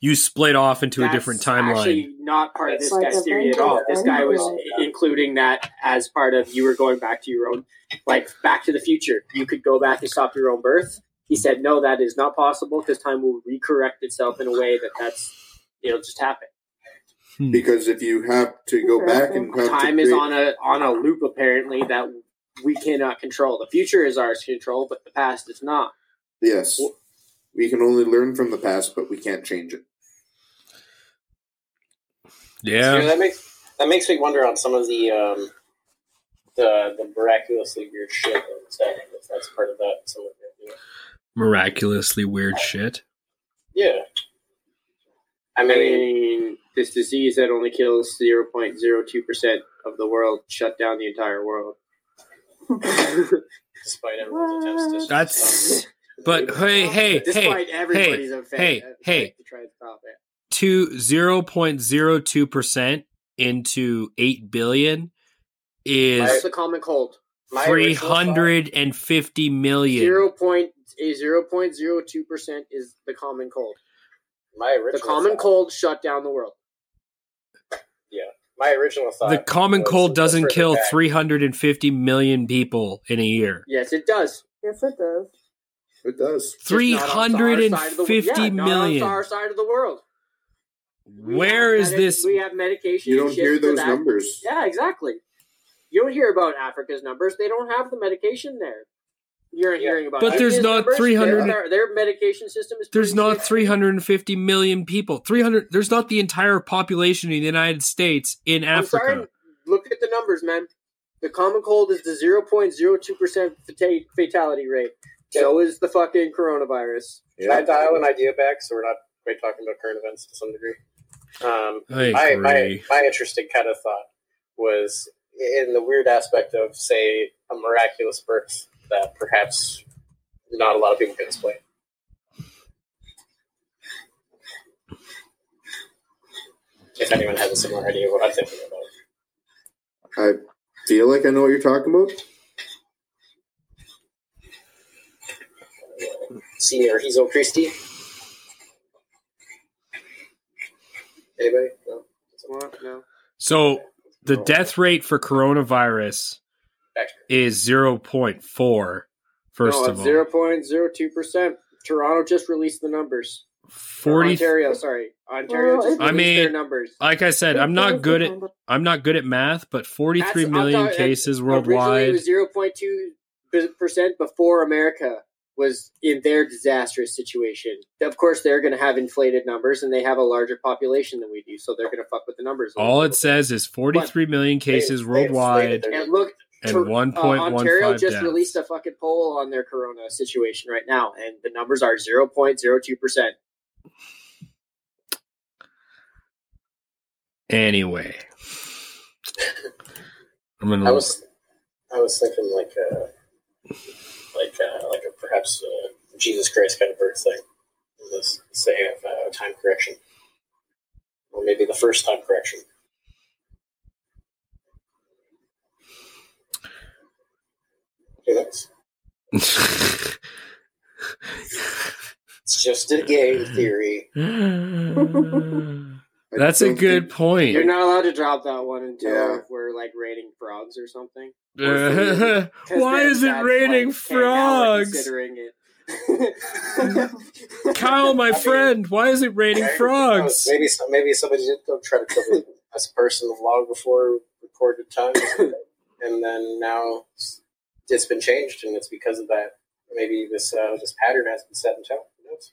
[SPEAKER 2] you split off into a
[SPEAKER 3] That's
[SPEAKER 2] different timeline
[SPEAKER 3] Actually, not part of this
[SPEAKER 1] That's
[SPEAKER 5] like
[SPEAKER 3] guy's
[SPEAKER 5] a
[SPEAKER 3] theory at
[SPEAKER 5] blanket
[SPEAKER 3] all. This guy was
[SPEAKER 5] blanket.
[SPEAKER 3] i- including that as part of you were going back to your own, like Back to the Future. You could go back and stop your own birth. He said, no, that is not possible because time will recorrect itself in a way that that's it'll just happen.
[SPEAKER 4] Because if you have to go back and have to
[SPEAKER 3] Time is
[SPEAKER 4] create-
[SPEAKER 3] on a on a loop apparently that we cannot control. The future is ours to control, but the past is not.
[SPEAKER 4] Yes. We can only learn from the past, but we can't change it.
[SPEAKER 1] So, you know,
[SPEAKER 2] yeah
[SPEAKER 1] that makes that makes me wonder on some of the um, the the miraculously weird shit that's happening. If that's part of that, some of it. yeah.
[SPEAKER 2] miraculously weird shit
[SPEAKER 1] Yeah. I
[SPEAKER 3] I
[SPEAKER 1] mean,
[SPEAKER 3] mean, this disease that only kills 0.02% of the world shut down the entire world.
[SPEAKER 1] (laughs) despite everyone's attempts to
[SPEAKER 2] That's- but hey hey hey
[SPEAKER 3] Despite everybody's hey,
[SPEAKER 2] hey, hey.
[SPEAKER 3] to try and stop it.
[SPEAKER 2] two zero point zero two percent into eight billion
[SPEAKER 3] That's
[SPEAKER 2] is
[SPEAKER 3] the common cold.
[SPEAKER 1] My
[SPEAKER 2] three
[SPEAKER 1] original thought-
[SPEAKER 2] hundred and fifty million.
[SPEAKER 3] Zero point a 0.02% is the common cold.
[SPEAKER 1] My original
[SPEAKER 3] The common
[SPEAKER 1] thought-
[SPEAKER 3] cold shut down the world.
[SPEAKER 1] My original thought.
[SPEAKER 2] The common
[SPEAKER 1] was-
[SPEAKER 2] cold
[SPEAKER 1] was
[SPEAKER 2] doesn't
[SPEAKER 1] further
[SPEAKER 2] kill
[SPEAKER 1] back.
[SPEAKER 2] three hundred and fifty million people in a year.
[SPEAKER 3] Yes, it does.
[SPEAKER 5] Yes, it does.
[SPEAKER 4] It does.
[SPEAKER 3] Just not
[SPEAKER 2] Three
[SPEAKER 3] on our
[SPEAKER 2] hundred and
[SPEAKER 3] side of the wo-
[SPEAKER 2] fifty
[SPEAKER 3] yeah, not on
[SPEAKER 2] million.
[SPEAKER 3] our side of the world. We
[SPEAKER 2] Where
[SPEAKER 3] have
[SPEAKER 2] is
[SPEAKER 3] medic-
[SPEAKER 2] this?
[SPEAKER 3] We have medication.
[SPEAKER 4] You
[SPEAKER 3] and
[SPEAKER 4] don't
[SPEAKER 3] shit
[SPEAKER 4] hear
[SPEAKER 3] for
[SPEAKER 4] those
[SPEAKER 3] that.
[SPEAKER 4] numbers.
[SPEAKER 3] Yeah, exactly. You don't hear about Africa's numbers. They don't have the medication there. You're
[SPEAKER 1] Yeah.
[SPEAKER 3] hearing about.
[SPEAKER 2] But there's
[SPEAKER 3] India's
[SPEAKER 2] not
[SPEAKER 3] numbers.
[SPEAKER 2] 300
[SPEAKER 3] Their, their medication system is.
[SPEAKER 2] There's
[SPEAKER 3] pretty
[SPEAKER 2] not
[SPEAKER 3] shit.
[SPEAKER 2] 350 million people. 300. There's not the entire population in the United States in
[SPEAKER 3] I'm
[SPEAKER 2] Africa.
[SPEAKER 3] sorry. Look at the numbers, man. The common cold is the 0.02 percent fatality rate. So is the fucking coronavirus.
[SPEAKER 1] Can I
[SPEAKER 4] Yeah.
[SPEAKER 1] dial an idea back so we're not quite talking about current events to some degree? Um,
[SPEAKER 2] I
[SPEAKER 1] my,
[SPEAKER 2] agree.
[SPEAKER 1] my, my interesting kind of thought was in the weird aspect of, say, a miraculous birth that perhaps not a lot of people can explain. If anyone has a similar idea of what I'm thinking about.
[SPEAKER 4] I feel like I know what you're talking about.
[SPEAKER 1] Senior Hazel Christie? Anybody? No?
[SPEAKER 3] What? No.
[SPEAKER 2] So the death rate for coronavirus
[SPEAKER 1] Back to-
[SPEAKER 2] is 0.4. First
[SPEAKER 3] no,
[SPEAKER 2] of all,
[SPEAKER 3] zero point zero two percent. Toronto just released the numbers.
[SPEAKER 2] 40.
[SPEAKER 3] Ontario, sorry, Ontario.
[SPEAKER 5] Well,
[SPEAKER 3] just
[SPEAKER 5] it's-
[SPEAKER 2] I
[SPEAKER 3] released their
[SPEAKER 2] mean,
[SPEAKER 3] numbers.
[SPEAKER 2] Like I said, I'm not good at
[SPEAKER 5] Number.
[SPEAKER 2] I'm not good at math, but 43
[SPEAKER 3] That's-
[SPEAKER 2] million
[SPEAKER 3] I'm talking-
[SPEAKER 2] cases
[SPEAKER 3] Originally, it
[SPEAKER 2] worldwide.
[SPEAKER 3] was zero point two percent before America was in their disastrous situation. Of course, they're going to have inflated numbers, and they have a larger population than we do, so they're going to fuck with the numbers. a
[SPEAKER 2] All
[SPEAKER 3] little
[SPEAKER 2] it says is 43 million cases
[SPEAKER 1] They- they inflated
[SPEAKER 2] worldwide
[SPEAKER 1] their
[SPEAKER 3] bit. And look,
[SPEAKER 2] and
[SPEAKER 3] Tur- uh,
[SPEAKER 2] 1.15
[SPEAKER 3] Ontario just
[SPEAKER 2] deaths.
[SPEAKER 3] released a fucking poll on their corona situation right now, and the numbers are zero point zero two percent. (laughs)
[SPEAKER 2] Anyway, I'm gonna.
[SPEAKER 1] I
[SPEAKER 2] (laughs)
[SPEAKER 1] was, I was thinking like a, like a, like a perhaps a Jesus Christ kind of birth thing. Let's say of uh, time correction, or maybe the first time correction. Who knows? It's just a game (laughs) theory.
[SPEAKER 4] I
[SPEAKER 2] That's a
[SPEAKER 4] don't
[SPEAKER 2] good point.
[SPEAKER 3] You're not allowed to drop that one until
[SPEAKER 4] Yeah.
[SPEAKER 3] we're like rating frogs or something.
[SPEAKER 2] Uh, (laughs) why
[SPEAKER 3] then
[SPEAKER 2] is it
[SPEAKER 3] that's,
[SPEAKER 2] raining
[SPEAKER 3] like, okay, now we're
[SPEAKER 2] frogs?
[SPEAKER 3] Considering it.
[SPEAKER 2] Kyle,
[SPEAKER 3] (laughs)
[SPEAKER 2] my friend, why is it raining frogs?
[SPEAKER 1] (laughs) Maybe some- maybe somebody did go try to kill me (laughs) as a person of law before recorded time, and then now it's been changed, and it's because of that. Maybe this uh, this pattern has been set in stone. Who knows?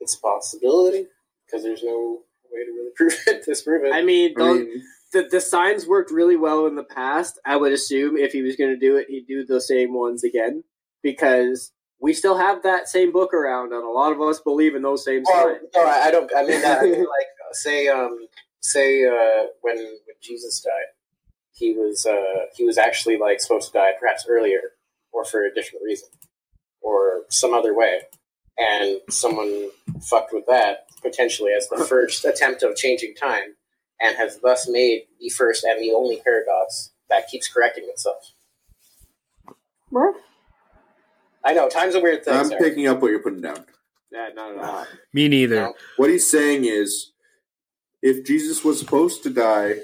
[SPEAKER 1] It's a possibility because there's no way to really (laughs) prove it. Disprove it.
[SPEAKER 3] I mean,
[SPEAKER 4] I
[SPEAKER 3] the,
[SPEAKER 4] mean,
[SPEAKER 3] the the signs worked really well in the past. I would assume if he was going to do it, he'd do the same ones again because we still have that same book around, and a lot of us believe in those same
[SPEAKER 1] Well,
[SPEAKER 3] signs.
[SPEAKER 1] no, I I don't. I mean, that, I mean like, say, um, say, uh, when when Jesus died, he was uh, he was actually like supposed to die perhaps earlier, or for a different reason, or some other way, and someone fucked with that potentially as the first attempt of changing time, and has thus made the first and the only paradox that keeps correcting itself.
[SPEAKER 5] What?
[SPEAKER 1] I know time's a weird thing. Uh,
[SPEAKER 4] I'm
[SPEAKER 1] Sarah.
[SPEAKER 4] picking up what you're putting down.
[SPEAKER 3] Yeah, not at all.
[SPEAKER 2] Me neither.
[SPEAKER 1] No.
[SPEAKER 4] What he's saying is, if Jesus was supposed to die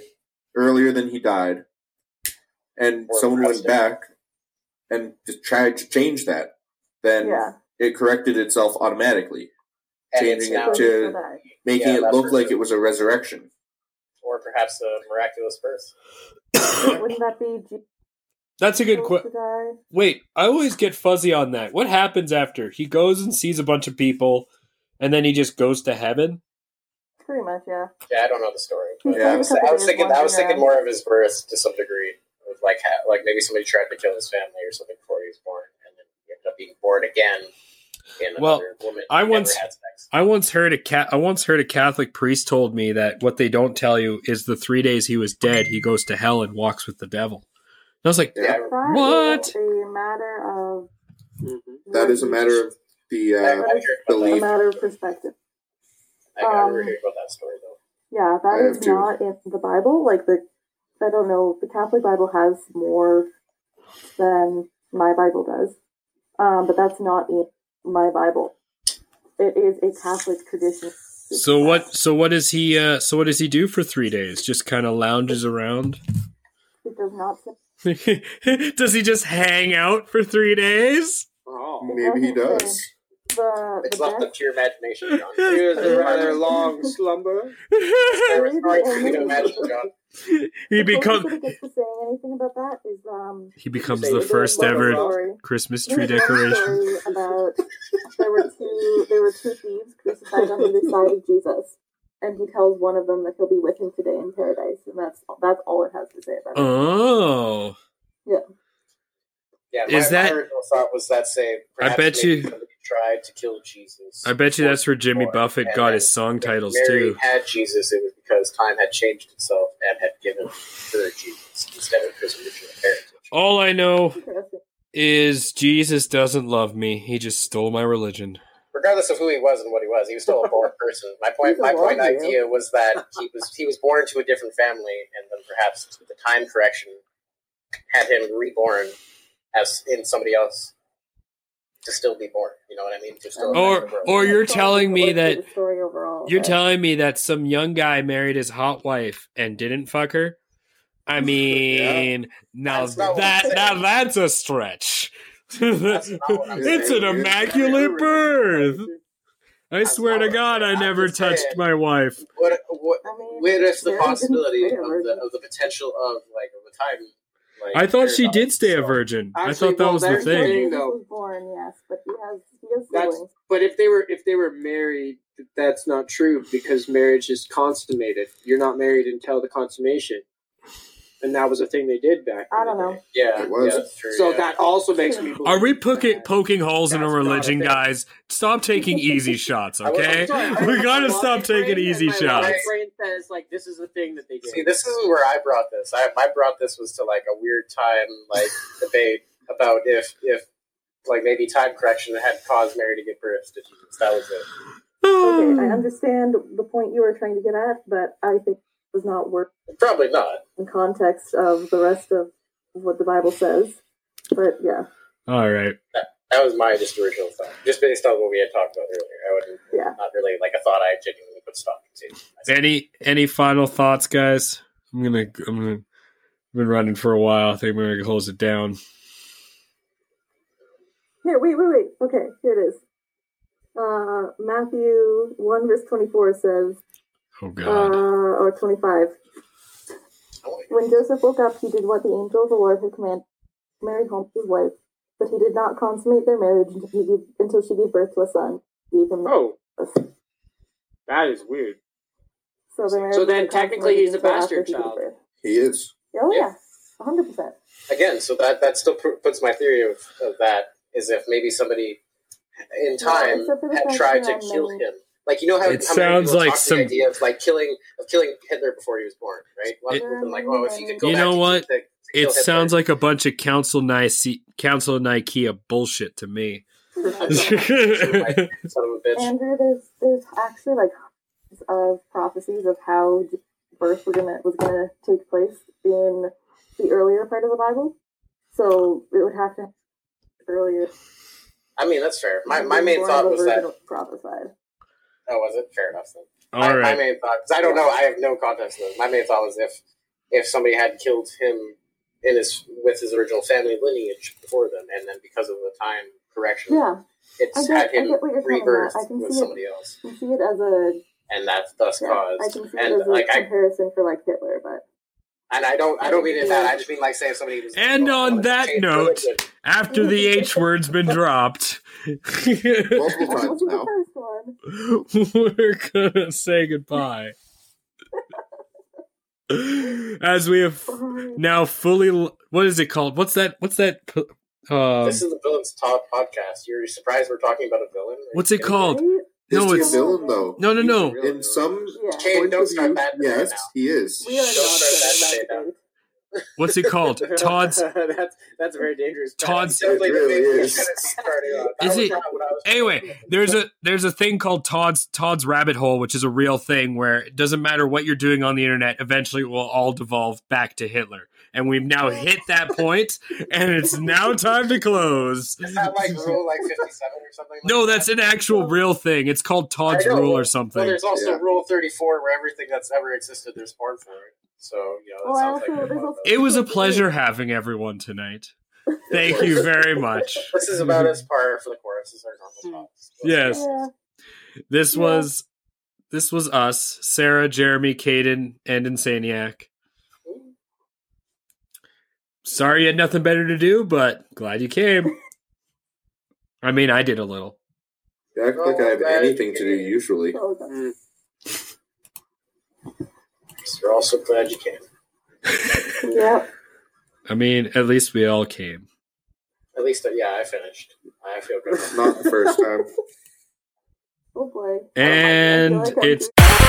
[SPEAKER 4] earlier than he died, and
[SPEAKER 1] Or
[SPEAKER 4] someone went
[SPEAKER 1] faster.
[SPEAKER 4] back and just tried to change that, then
[SPEAKER 5] Yeah.
[SPEAKER 4] it corrected itself automatically,
[SPEAKER 1] And it's
[SPEAKER 4] Changing it
[SPEAKER 1] now-
[SPEAKER 5] So
[SPEAKER 4] to-
[SPEAKER 5] it's not.
[SPEAKER 4] making
[SPEAKER 1] Yeah,
[SPEAKER 4] it
[SPEAKER 1] that's
[SPEAKER 4] look
[SPEAKER 1] for
[SPEAKER 4] like
[SPEAKER 1] sure.
[SPEAKER 4] it was a resurrection.
[SPEAKER 1] or perhaps a miraculous birth.
[SPEAKER 5] Wouldn't that be Jesus
[SPEAKER 2] That's a good
[SPEAKER 5] supposed
[SPEAKER 2] question.
[SPEAKER 5] to die?
[SPEAKER 2] Wait, I always get fuzzy on that. What happens after he goes and sees a bunch of people, and then he just goes to heaven?
[SPEAKER 5] Pretty much, yeah.
[SPEAKER 1] Yeah, I don't know the story. But
[SPEAKER 5] Yeah,
[SPEAKER 1] I, was,
[SPEAKER 5] a couple
[SPEAKER 1] I was
[SPEAKER 5] days
[SPEAKER 1] thinking. I was
[SPEAKER 5] wandering
[SPEAKER 1] thinking
[SPEAKER 5] around.
[SPEAKER 1] more of his birth to some degree. Of like, ha- like maybe somebody tried to kill his family or something before he was born, and then he ended up being born again in
[SPEAKER 2] Well,
[SPEAKER 1] another woman.
[SPEAKER 2] I
[SPEAKER 1] who never
[SPEAKER 2] once-
[SPEAKER 1] had sex.
[SPEAKER 2] I once heard a cat. I once heard a Catholic priest told me that what they don't tell you is the three days he was dead, he goes to hell and walks with the devil. And I was like,
[SPEAKER 1] Yeah,
[SPEAKER 5] That
[SPEAKER 2] What?
[SPEAKER 5] is a matter of
[SPEAKER 3] Mhm.
[SPEAKER 4] That is a matter of the
[SPEAKER 1] I, I heard
[SPEAKER 4] uh,
[SPEAKER 1] about
[SPEAKER 5] a
[SPEAKER 4] belief.
[SPEAKER 1] that.
[SPEAKER 5] matter of perspective.
[SPEAKER 1] I, I remember
[SPEAKER 5] um,
[SPEAKER 1] hearing about that story though.
[SPEAKER 5] Yeah,
[SPEAKER 4] I
[SPEAKER 5] that
[SPEAKER 4] have
[SPEAKER 5] is
[SPEAKER 4] too.
[SPEAKER 5] not in the Bible. Like the, I don't know, the Catholic Bible has more than my Bible does, um, but that's not in my Bible. It is a Catholic tradition.
[SPEAKER 2] so what? So what does he? Uh, so what does he do for three days? Just kind of lounges around. (laughs)
[SPEAKER 5] It does not. say-
[SPEAKER 2] does he just hang out for three days? (laughs)
[SPEAKER 3] Oh.
[SPEAKER 4] Maybe he
[SPEAKER 5] doesn't
[SPEAKER 4] does.
[SPEAKER 5] say. the,
[SPEAKER 1] It's
[SPEAKER 5] the
[SPEAKER 1] left up
[SPEAKER 5] best.
[SPEAKER 1] to your imagination,
[SPEAKER 5] (laughs)
[SPEAKER 1] John.
[SPEAKER 3] It was a rather
[SPEAKER 1] rather
[SPEAKER 3] long slumber.
[SPEAKER 1] Sorry, sorry,
[SPEAKER 5] Maybe
[SPEAKER 1] you can
[SPEAKER 5] (laughs) only-
[SPEAKER 1] imagine, John.
[SPEAKER 2] he
[SPEAKER 5] the closest
[SPEAKER 2] becomes
[SPEAKER 5] that it gets to saying anything about that is um.
[SPEAKER 2] he becomes
[SPEAKER 3] Say
[SPEAKER 2] the
[SPEAKER 3] it.
[SPEAKER 2] first
[SPEAKER 5] there was one
[SPEAKER 2] ever
[SPEAKER 5] story-
[SPEAKER 2] Christmas
[SPEAKER 5] there
[SPEAKER 2] tree
[SPEAKER 5] was one
[SPEAKER 2] decoration.
[SPEAKER 5] story About there were two there were two thieves crucified on either side of Jesus, and he tells one of them that he'll be with him today in paradise, and that's that's all it has to say about it.
[SPEAKER 2] Oh,
[SPEAKER 1] Yeah, my,
[SPEAKER 2] Is that-
[SPEAKER 1] my original thought was that say perhaps
[SPEAKER 2] bet
[SPEAKER 1] maybe
[SPEAKER 2] you-
[SPEAKER 1] somebody tried to kill Jesus.
[SPEAKER 2] I bet you that's where Jimmy
[SPEAKER 1] Boy,
[SPEAKER 2] Buffett
[SPEAKER 1] and
[SPEAKER 2] got
[SPEAKER 1] then
[SPEAKER 2] his song titles
[SPEAKER 1] Mary
[SPEAKER 2] too.
[SPEAKER 1] had Jesus, it was because time had changed itself and had given her Jesus instead of his original heritage.
[SPEAKER 2] All I know
[SPEAKER 5] Interesting.
[SPEAKER 2] is Jesus doesn't love me. He just stole my religion.
[SPEAKER 1] Regardless of who he was and what he was, he was still a born person. My point,
[SPEAKER 3] He's a
[SPEAKER 1] my point
[SPEAKER 3] warrior.
[SPEAKER 1] idea was that he was he was born to a different family, and then perhaps the time correction had him reborn as in somebody else to still be born. You know what I mean? To still
[SPEAKER 2] Or-
[SPEAKER 1] affect the world.
[SPEAKER 2] or you're
[SPEAKER 5] That's all
[SPEAKER 2] telling me
[SPEAKER 5] the
[SPEAKER 2] that-
[SPEAKER 5] story overall.
[SPEAKER 2] You're
[SPEAKER 5] but-
[SPEAKER 2] telling me that some young guy married his hot wife and didn't fuck her?
[SPEAKER 1] (laughs)
[SPEAKER 2] I mean, now
[SPEAKER 1] That's not what
[SPEAKER 2] that
[SPEAKER 1] I'm
[SPEAKER 2] now
[SPEAKER 1] saying.
[SPEAKER 2] that's a stretch.
[SPEAKER 1] not what
[SPEAKER 2] (laughs)
[SPEAKER 1] I'm
[SPEAKER 2] it's
[SPEAKER 4] saying.
[SPEAKER 2] an immaculate birth. I
[SPEAKER 1] That's
[SPEAKER 2] swear
[SPEAKER 1] not
[SPEAKER 2] to
[SPEAKER 1] what I'm
[SPEAKER 2] God, I
[SPEAKER 1] saying. I'm
[SPEAKER 2] never
[SPEAKER 1] just saying.
[SPEAKER 2] touched my wife.
[SPEAKER 1] what what
[SPEAKER 5] I mean,
[SPEAKER 1] where is the
[SPEAKER 5] Mary didn't
[SPEAKER 1] possibility
[SPEAKER 5] stay a
[SPEAKER 1] of the
[SPEAKER 5] virgin.
[SPEAKER 1] of the potential of like of the time? Like,
[SPEAKER 2] I thought she
[SPEAKER 1] paradox
[SPEAKER 2] did stay a
[SPEAKER 1] itself?
[SPEAKER 2] virgin. I
[SPEAKER 3] Actually,
[SPEAKER 2] thought that
[SPEAKER 3] well,
[SPEAKER 2] was the
[SPEAKER 3] there's
[SPEAKER 2] thing.
[SPEAKER 3] thing,
[SPEAKER 5] Jesus
[SPEAKER 3] though.
[SPEAKER 5] was born, yes, but he has he has
[SPEAKER 1] (laughs) Oh.
[SPEAKER 3] That's-
[SPEAKER 5] siblings.
[SPEAKER 3] But if they were if they were married, th- that's not true because marriage is consummated. You're not married until the consummation, and that was a thing they did back. in
[SPEAKER 5] I don't
[SPEAKER 3] the day.
[SPEAKER 5] know.
[SPEAKER 1] Yeah,
[SPEAKER 4] It was.
[SPEAKER 1] yeah, that's true.
[SPEAKER 3] So
[SPEAKER 1] yeah.
[SPEAKER 3] that also makes (laughs) me. Believe
[SPEAKER 2] Are we poking,
[SPEAKER 3] that.
[SPEAKER 2] poking holes in a
[SPEAKER 3] That's not a
[SPEAKER 2] religion,
[SPEAKER 3] thing.
[SPEAKER 2] guys? Stop taking easy shots,
[SPEAKER 1] I was-
[SPEAKER 2] okay?
[SPEAKER 1] I'm sorry, I
[SPEAKER 2] We
[SPEAKER 1] was-
[SPEAKER 2] gotta
[SPEAKER 3] My
[SPEAKER 2] stop
[SPEAKER 3] brain-
[SPEAKER 2] taking easy
[SPEAKER 3] my logic
[SPEAKER 2] shots.
[SPEAKER 3] Brain says like this is the thing that they did.
[SPEAKER 1] see, this is where I brought this. I I brought this was to like a weird time
[SPEAKER 3] (laughs)
[SPEAKER 1] like debate about if if like maybe time correction had caused Mary to give birth to Jesus. That was it.
[SPEAKER 5] Okay, I understand the point you were trying to get at, but I think it does not work
[SPEAKER 1] Probably not.
[SPEAKER 5] in context of the rest of what the Bible says. But yeah,
[SPEAKER 2] All right.
[SPEAKER 1] That was my just original thought, just based on what we had talked about earlier. I wouldn't
[SPEAKER 5] Yeah.
[SPEAKER 1] not really like a thought I genuinely would stop to.
[SPEAKER 2] Any any final thoughts, guys? I'm gonna I'm gonna I've been running for a while. I think we're gonna close it down.
[SPEAKER 5] here, wait, wait, wait. Okay, here it is. Uh, Matthew one verse twenty four says,
[SPEAKER 2] Oh
[SPEAKER 5] uh,
[SPEAKER 2] God.
[SPEAKER 5] or twenty five.
[SPEAKER 1] I want
[SPEAKER 5] When Joseph woke up, he did what the angel of the Lord had commanded. Mary home his wife, but he did not consummate their marriage until she gave, until she gave birth to a son. Gave him
[SPEAKER 3] Oh, (laughs)
[SPEAKER 5] so
[SPEAKER 3] that is weird.
[SPEAKER 5] their marriage
[SPEAKER 3] So then
[SPEAKER 5] wasn't
[SPEAKER 3] technically he's a
[SPEAKER 5] consummated until after
[SPEAKER 3] bastard
[SPEAKER 5] he gave
[SPEAKER 3] child.
[SPEAKER 5] birth.
[SPEAKER 4] He is.
[SPEAKER 5] Oh
[SPEAKER 1] Yeah.
[SPEAKER 5] yeah, hundred percent.
[SPEAKER 1] again, so that that still pr- puts my theory of, of that is if maybe somebody in time
[SPEAKER 5] except for the
[SPEAKER 1] had
[SPEAKER 5] fact
[SPEAKER 1] tried
[SPEAKER 5] that
[SPEAKER 1] to
[SPEAKER 5] I'm
[SPEAKER 1] kill
[SPEAKER 5] married.
[SPEAKER 1] him. Like you know how
[SPEAKER 2] It
[SPEAKER 1] how
[SPEAKER 2] sounds
[SPEAKER 1] many people
[SPEAKER 2] like
[SPEAKER 1] talk
[SPEAKER 2] some-
[SPEAKER 1] the idea of like killing of killing Hitler before he was born, right? A lot of
[SPEAKER 2] It-
[SPEAKER 1] people have been like, oh, if you could go
[SPEAKER 2] You
[SPEAKER 1] back
[SPEAKER 2] know
[SPEAKER 1] to-
[SPEAKER 2] what?
[SPEAKER 1] to- to kill
[SPEAKER 2] It
[SPEAKER 1] (laughs)
[SPEAKER 2] sounds
[SPEAKER 1] Hitler.
[SPEAKER 2] like a bunch of council Nice council Nikea bullshit to me.
[SPEAKER 3] (laughs)
[SPEAKER 2] (laughs)
[SPEAKER 1] son of a bitch.
[SPEAKER 5] Andrew, there's there's actually like hundreds of prophecies of how Jesus' birth were gonna was gonna take place in the earlier part of the Bible. So it would have to happen earlier.
[SPEAKER 1] I mean, that's fair. My, my
[SPEAKER 5] Being
[SPEAKER 1] main
[SPEAKER 5] born
[SPEAKER 1] thought
[SPEAKER 5] of a
[SPEAKER 1] was
[SPEAKER 5] virgin
[SPEAKER 1] that
[SPEAKER 5] was prophesied.
[SPEAKER 1] oh, was it fair enough then?
[SPEAKER 2] All
[SPEAKER 1] my, my
[SPEAKER 2] right.
[SPEAKER 1] main thought, because I don't know, I have no context. Though. My main thought was if if somebody had killed him in his with his original family lineage before them, and then because of the time correction,
[SPEAKER 5] Yeah, I
[SPEAKER 1] it's
[SPEAKER 5] get-
[SPEAKER 1] had
[SPEAKER 5] I
[SPEAKER 1] him
[SPEAKER 5] get what you're coming at.
[SPEAKER 1] rebirth
[SPEAKER 5] I can
[SPEAKER 1] with
[SPEAKER 5] see it.
[SPEAKER 1] somebody else,
[SPEAKER 5] you see it as a
[SPEAKER 1] and that's thus
[SPEAKER 5] yeah, I
[SPEAKER 1] caused.
[SPEAKER 5] can see it
[SPEAKER 1] And
[SPEAKER 5] as a
[SPEAKER 1] like I
[SPEAKER 5] comparison for like Hitler, but
[SPEAKER 1] and I don't I don't mean it that. I just mean like say if somebody was
[SPEAKER 2] And on
[SPEAKER 1] wanted to
[SPEAKER 2] that
[SPEAKER 1] change
[SPEAKER 2] note-
[SPEAKER 1] religion.
[SPEAKER 2] After the H word's been dropped,
[SPEAKER 4] Multiple
[SPEAKER 2] (laughs)
[SPEAKER 5] that
[SPEAKER 4] times
[SPEAKER 5] wasn't the
[SPEAKER 4] now.
[SPEAKER 5] first one.
[SPEAKER 2] we're gonna say goodbye. As we
[SPEAKER 1] Oh.
[SPEAKER 2] have
[SPEAKER 5] Um,
[SPEAKER 2] now fully what is it called what's that what's that p- um
[SPEAKER 1] this is the villains Todd podcast. You're surprised we're talking about a villain? Are you
[SPEAKER 2] What's it
[SPEAKER 1] kidding?
[SPEAKER 2] called?
[SPEAKER 5] right?
[SPEAKER 4] Is
[SPEAKER 2] No,
[SPEAKER 4] he a
[SPEAKER 2] it's-
[SPEAKER 4] villain though?
[SPEAKER 2] no no
[SPEAKER 1] He's a
[SPEAKER 2] no
[SPEAKER 1] real villain.
[SPEAKER 4] In some
[SPEAKER 5] Yeah.
[SPEAKER 1] Okay,
[SPEAKER 4] point
[SPEAKER 1] don't
[SPEAKER 4] of
[SPEAKER 1] start
[SPEAKER 4] view,
[SPEAKER 1] that debate
[SPEAKER 4] yes,
[SPEAKER 1] now.
[SPEAKER 4] he is.
[SPEAKER 5] We are not
[SPEAKER 1] Don't start
[SPEAKER 5] starting
[SPEAKER 1] that
[SPEAKER 5] that debate.
[SPEAKER 2] what's it
[SPEAKER 1] (laughs)
[SPEAKER 2] called todd's
[SPEAKER 3] (laughs) that's that's a very dangerous.
[SPEAKER 1] It
[SPEAKER 2] todd's
[SPEAKER 1] sounds like the
[SPEAKER 4] really
[SPEAKER 1] thing we
[SPEAKER 4] is.
[SPEAKER 1] should have started on. That
[SPEAKER 2] Is
[SPEAKER 1] was
[SPEAKER 2] it-
[SPEAKER 1] not what I was-
[SPEAKER 2] anyway there's a there's a thing called todd's todd's rabbit hole which is a real thing where it doesn't matter what you're doing on the internet eventually it will all devolve back to hitler and we've now hit
[SPEAKER 1] (laughs)
[SPEAKER 2] that point and it's now time to close
[SPEAKER 1] Is that (laughs) like rule like fifty seven or something? like
[SPEAKER 2] no
[SPEAKER 1] that?
[SPEAKER 2] that's an actual real thing it's called todd's
[SPEAKER 1] I know.
[SPEAKER 2] rule or
[SPEAKER 1] Well,
[SPEAKER 2] something
[SPEAKER 1] there's also
[SPEAKER 4] Yeah.
[SPEAKER 1] Rule Thirty Four, where everything that's ever existed, there's porn for it. So you know, that
[SPEAKER 5] Well, I
[SPEAKER 1] sounds
[SPEAKER 5] also-
[SPEAKER 1] like
[SPEAKER 5] there's also-
[SPEAKER 2] it was a pleasure having everyone tonight Thank you very much.
[SPEAKER 1] (laughs) This is about as far for the chorus as our
[SPEAKER 5] Hmm.
[SPEAKER 1] normal thoughts.
[SPEAKER 2] Yes.
[SPEAKER 5] Yeah.
[SPEAKER 2] This
[SPEAKER 5] Yeah.
[SPEAKER 2] was this was us, Sarah, Jeremy, Caden, and Insaniac. Sorry you had nothing better to do, but glad you came. I mean, I did a little.
[SPEAKER 4] You act like I have
[SPEAKER 1] Oh, man.
[SPEAKER 4] anything to do usually.
[SPEAKER 5] So that's-
[SPEAKER 1] So we're also glad you came.
[SPEAKER 5] Yep.
[SPEAKER 2] I mean, at least we all came.
[SPEAKER 1] At least, uh, yeah, I finished. I feel good.
[SPEAKER 4] Not the first time.
[SPEAKER 5] Oh boy.
[SPEAKER 2] And
[SPEAKER 5] I feel like I'm
[SPEAKER 2] it's
[SPEAKER 5] doing-